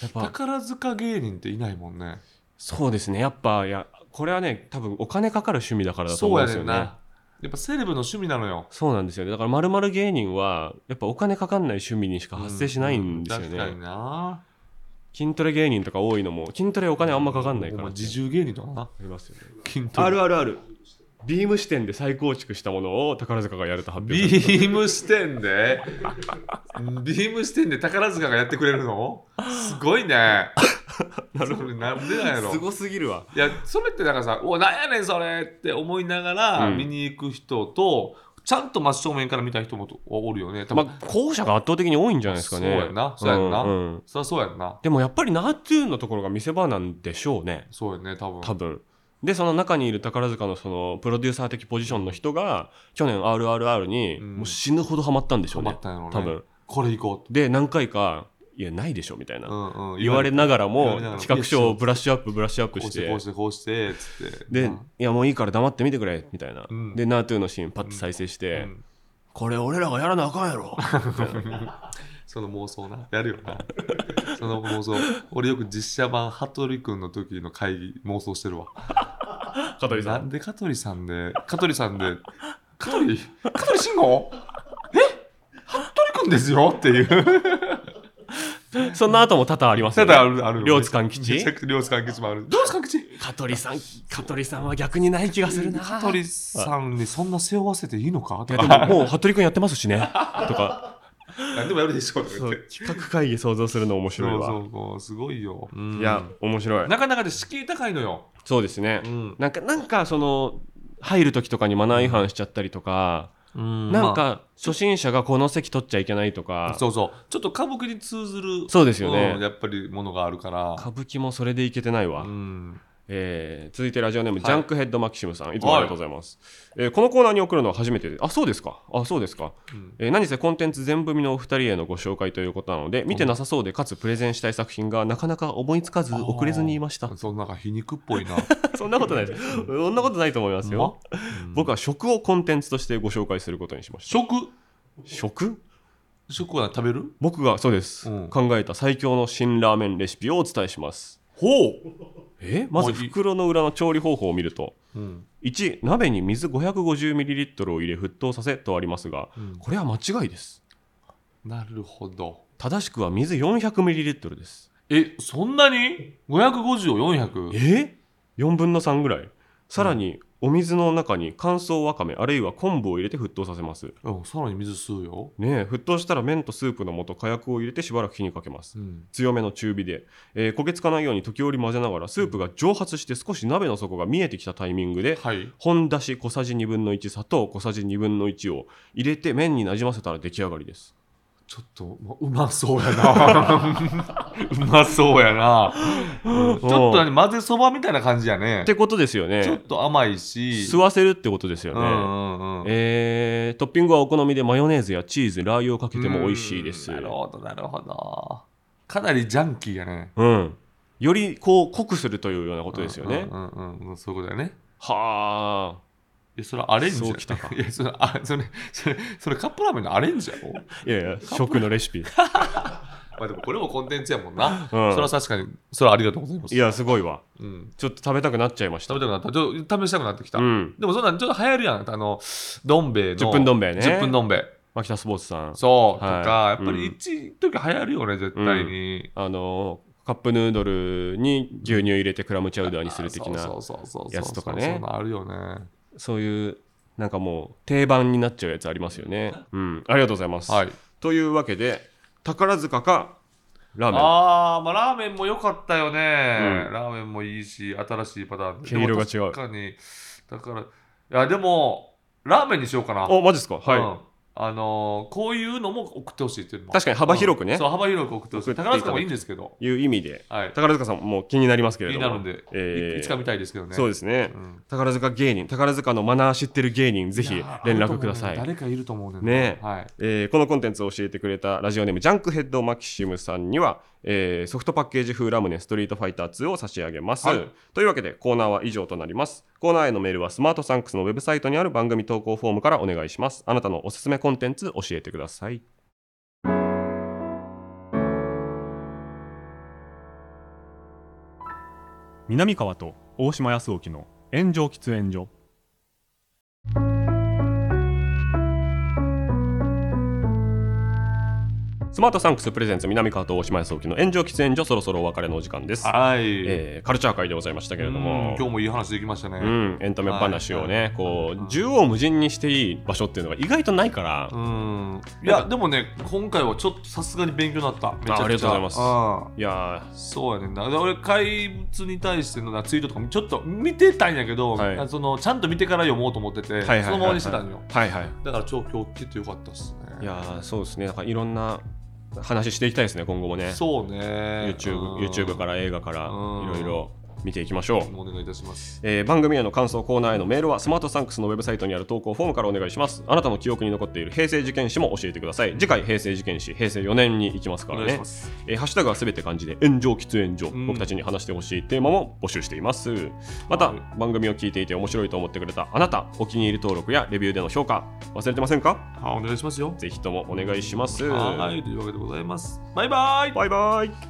Speaker 4: やっぱ
Speaker 2: 宝塚芸人っていないもんね
Speaker 4: そうですねやっぱいやこれはね多分お金かかる趣味だからだと
Speaker 2: そ
Speaker 4: 思
Speaker 2: う
Speaker 4: うん
Speaker 2: や
Speaker 4: です
Speaker 2: ね
Speaker 4: よ
Speaker 2: ん
Speaker 4: ね
Speaker 2: なやっぱセレブの趣味なのよ
Speaker 4: そうなんですよね。だから、まるまる芸人は、やっぱお金かかんない趣味にしか発生しないんですよ
Speaker 2: う
Speaker 4: ね。
Speaker 2: 確かにな
Speaker 4: 筋トレ芸人とか多いのも、筋トレお金あんまかかんないから。
Speaker 2: お前自重芸人とかな
Speaker 4: ありますよね。
Speaker 2: 筋トレ
Speaker 4: あるあるある。ビーム視点で再構築したものを宝塚がやると発表
Speaker 2: ビ
Speaker 4: された
Speaker 2: ーム視点で ビーム視点で宝塚がやってくれるのすごい ねなるほどなんでなんやろ
Speaker 4: すごすぎるわ。
Speaker 2: いやそれってだからさ「おなんやねんそれ!」って思いながら
Speaker 4: うん
Speaker 2: 見に行く人と、ちゃんと真正面から見た人もとおるよね多分、
Speaker 4: まあ、後者が圧倒的に多いんじゃないですかね。
Speaker 2: そうやんなそうやんな
Speaker 4: うんうん
Speaker 2: そりゃそうやんな
Speaker 4: でもやっぱりナートゥーンのところが見せ場なんでしょうね。
Speaker 2: そうやね多分
Speaker 4: 多分。で、その中にいる宝塚のそのプロデューサー的ポジションの人が、去年 RRR に
Speaker 2: うん
Speaker 4: もう死ぬほどハマったんでしょう
Speaker 2: 困
Speaker 4: ね。
Speaker 2: ったんやろうね
Speaker 4: 多分。
Speaker 2: これ行こう
Speaker 4: で何回か「いやないでしょ」みたいな、
Speaker 2: と、うんうん、
Speaker 4: 言われながら
Speaker 2: 言われなが
Speaker 4: も
Speaker 2: ら
Speaker 4: 企画書をブラッシュアップブラッシュアップ
Speaker 2: こう
Speaker 4: し
Speaker 2: して
Speaker 4: て
Speaker 2: こうしてこうしてつって
Speaker 4: で、
Speaker 2: う
Speaker 4: い
Speaker 2: ん
Speaker 4: やもういいから黙って見てくれみたいな、
Speaker 2: うん
Speaker 4: でナートゥーのシーンパッと再生して、
Speaker 2: うん
Speaker 4: これ俺らがやらなあかんやろ
Speaker 2: その妄想なやるよ なその妄想俺よく実写版羽鳥君の時の会議妄想してるわ
Speaker 4: 香取さ
Speaker 2: なんん で香取さんで香取さんで香取香取慎吾え服部君ですよって いう
Speaker 4: そんな後も多々あります
Speaker 2: た
Speaker 4: よね
Speaker 2: だあるある
Speaker 4: 両津勘吉
Speaker 2: めちゃくちゃ両津勘吉もある両津勘吉
Speaker 4: 香取さん香取さんは逆にない気がす るな
Speaker 2: 香取さんにそんな背負わせていいのか
Speaker 4: い
Speaker 2: と
Speaker 4: や で
Speaker 2: か
Speaker 4: ももう服部君やってますしね とか
Speaker 2: 何でもやるでしょうって
Speaker 4: そう企画会議想像するの面
Speaker 2: そう
Speaker 4: 白いわ
Speaker 2: そうそうすごいよ、うん
Speaker 4: いや面白い
Speaker 2: なかなかで敷居高いのよ、
Speaker 4: そうですね、
Speaker 2: うん
Speaker 4: なんかなんかその入る時とかにマナー違反しちゃったりとか、なん
Speaker 2: ま
Speaker 4: か初心者がこの席取っちゃいけないと
Speaker 2: あ
Speaker 4: か
Speaker 2: そうそうちょっと歌舞伎に通ずる
Speaker 4: そうですよね
Speaker 2: んやっぱりものがあるから
Speaker 4: 歌舞伎もそれでいけてないわ、
Speaker 2: うん
Speaker 4: えー続いてラジオネーム、ジャンクヘッドマキシムさんいつもありがとうございます、えーこのコーナーに送るのは初めてであそうですかあそうですか、えー何せコンテンツ全部見のお二人へのご紹介ということなので見てなさそうでかつプレゼンしたい作品がなかなか思いつかず遅れずにいま した
Speaker 2: そんなんか皮肉っぽい な
Speaker 4: そんなことないですそんなことないと思いますよ、僕は食をコンテンツとしてご紹介することにしました
Speaker 2: 食
Speaker 4: 食
Speaker 2: 食は食べる
Speaker 4: 僕がそうです、
Speaker 2: うん
Speaker 4: 考えた最強の辛ラーメンレシピをお伝えします
Speaker 2: ほ
Speaker 4: えまず
Speaker 2: マジ
Speaker 4: 袋の裏の調理方法を見ると
Speaker 2: う、うん、
Speaker 4: 1鍋に水 550ml を入れ沸騰させとありますが、
Speaker 2: うん
Speaker 4: これは間違いです
Speaker 2: なるほど
Speaker 4: 正しくは水 400ml です
Speaker 2: えそんなに550を400
Speaker 4: え4分の3ぐらいさらにお水の中に乾燥わかめあるいは昆布を入れて沸騰させます
Speaker 2: うんさらに水吸うよ、
Speaker 4: ねえ沸騰したら麺とスープの素火薬を入れてしばらく火にかけます
Speaker 2: うん、
Speaker 4: 強めの中火で、えー焦げつかないように時折混ぜながらスープが蒸発して少し鍋の底が見えてきたタイミングで、
Speaker 2: はい
Speaker 4: 本だし小さじ1分の1砂糖小さじ1分の1を入れて麺になじませたら出来上がりです
Speaker 2: ちょっとまうまそうやな うまそうやな、うんちょっとね混ぜそばみたいな感じやね
Speaker 4: ってことですよ
Speaker 2: ちょ
Speaker 4: ね
Speaker 2: っと甘いし
Speaker 4: 吸わせるってことですよ
Speaker 2: う
Speaker 4: ね、
Speaker 2: んうんうん
Speaker 4: えートッピングはお好みでマヨネーズやチーズラー油をかけても美味しいです
Speaker 2: うんなるほどなるほどかなりジャンキーやね
Speaker 4: うんよりこう濃くするというようなことですよね、
Speaker 2: うんうんうんうんそういうことだよね
Speaker 4: はあ
Speaker 2: いやそれアレンジや
Speaker 4: そうきたか
Speaker 2: いやそれあそれそれそれカップラーメンのアレンジやろ
Speaker 4: いやいや食のレ シピ
Speaker 2: まあでもこれもコンテンツやもんな、
Speaker 4: うん
Speaker 2: それは確かにそれはありがとうございます
Speaker 4: いやすごいわ
Speaker 2: うん、
Speaker 4: ちょっと食べたくなっちゃいました
Speaker 2: 食べたくなったちょっと試したくなってきた、
Speaker 4: うん
Speaker 2: でもそんなんちょっと流行るやんあのどん兵衛の
Speaker 4: 10分どん兵衛ね
Speaker 2: 10分どん兵衛
Speaker 4: 牧田スポーツさん
Speaker 2: そう、
Speaker 4: はい
Speaker 2: とかやっぱ
Speaker 4: うん
Speaker 2: り一時流行るよね絶対に、
Speaker 4: あのカップヌードルに牛乳入れてクラムチャウダーにする的な
Speaker 2: そ
Speaker 4: そう
Speaker 2: そうそうそうそう
Speaker 4: やつとかね
Speaker 2: そうそうあるよね
Speaker 4: ういうなんかもう定番になっちゃうやつありますよ ねうんありがとうございます、
Speaker 2: はい
Speaker 4: というわけで宝塚かラーメン
Speaker 2: あー、まあ、ラーメンも良かったよね、
Speaker 4: うん
Speaker 2: ラーメンもいいし、新しいパターンで
Speaker 4: 毛色が違う
Speaker 2: でも確かに、だから、いや、でも、ラーメンにしようかな。
Speaker 4: おマジですかはい、
Speaker 2: うんあのーこういうのも送ってほしいっていうのも
Speaker 4: 確かに幅広くね
Speaker 2: うんそう、幅広く送ってほし
Speaker 4: 送っ
Speaker 2: い。
Speaker 4: てい
Speaker 2: 宝
Speaker 4: た
Speaker 2: 塚
Speaker 4: だ
Speaker 2: も
Speaker 4: き
Speaker 2: いいんですけど、
Speaker 4: いう意味で
Speaker 2: はい。
Speaker 4: 宝塚さんも気になりますけれ
Speaker 2: 気
Speaker 4: ど
Speaker 2: に
Speaker 4: も
Speaker 2: なるんで、
Speaker 4: えー
Speaker 2: いいつか見たいですけどね。
Speaker 4: そうですね、
Speaker 2: うん
Speaker 4: 宝塚芸人宝塚のマナー知ってる芸人ぜひ
Speaker 2: いやー
Speaker 4: 連絡ください
Speaker 2: あると思うね誰かいると思うねんな。
Speaker 4: ねえ
Speaker 2: はい。
Speaker 4: えーこのコンテンツを教えてくれたラジオネームジャンクヘッドマキシムさんには、えーソフトパッケージ風ラムネストリートファイター2を差し上げます、
Speaker 2: はい
Speaker 4: というわけでコーナーは以上となりますコーナーへのメールはスマートサンクスのウェブサイトにある番組投稿フォームからお願いしますあなたのおすすめコンテンツ教えてください
Speaker 1: 南川と大島康沖の炎上喫煙所
Speaker 4: スマートサンクスプレゼンツ南川と大島康沖の炎上喫煙所そろそろお別れのお時間です、
Speaker 2: はい。
Speaker 4: えーカルチャー界でございましたけれど
Speaker 2: うん
Speaker 4: も
Speaker 2: 今日もいい話できましたね。
Speaker 4: うん、エンタメ話をね、
Speaker 2: はい
Speaker 4: こう
Speaker 2: うん
Speaker 4: 縦横無尽にしていい場所っていうのが意外とないから、
Speaker 2: うんいやでもね今回はちょっとさすがに勉強になっためちゃくちゃ
Speaker 4: ありがとうございます
Speaker 2: あ
Speaker 4: いやー
Speaker 2: あそうやねんなで俺怪物に対してのなツイートとかもちょっと見てたんやけど、
Speaker 4: はい
Speaker 2: あそのちゃんと見てから読もうと思ってて、
Speaker 4: はいはいはい
Speaker 2: そのままにしてたんよ
Speaker 4: はいはい
Speaker 2: だから超今日来てよかったっすね
Speaker 4: いやーそうですねなんかいろんな話していきたいですね今後もね
Speaker 2: そうね
Speaker 4: YouTube, YouTube から映画からい
Speaker 2: うん
Speaker 4: ろいろ見ていきましょう
Speaker 2: ら、お願いいたします
Speaker 4: えー番組への感想コーナーへのメールはスマートサンクスのウェブサイトにある投稿フォームからお願いしますあなたの記憶に残っている平成事件史も教えてください次回平成事件史平成4年に行きますか
Speaker 2: お
Speaker 4: ら
Speaker 2: 願いし
Speaker 4: ね
Speaker 2: ます、
Speaker 4: えーハッシュタグはすべて漢字で炎上喫煙所、
Speaker 2: ん
Speaker 4: 僕たちに話してほしいテーマも募集していますまた、
Speaker 2: はい
Speaker 4: 番組を聞いていて面白いと思ってくれたあなたお気に入り登録やレビューでの評価忘れてませんか
Speaker 2: はいお願いしますよ
Speaker 4: ぜひともお願いします
Speaker 2: はいというわけでございますバイバイ
Speaker 4: バイバイ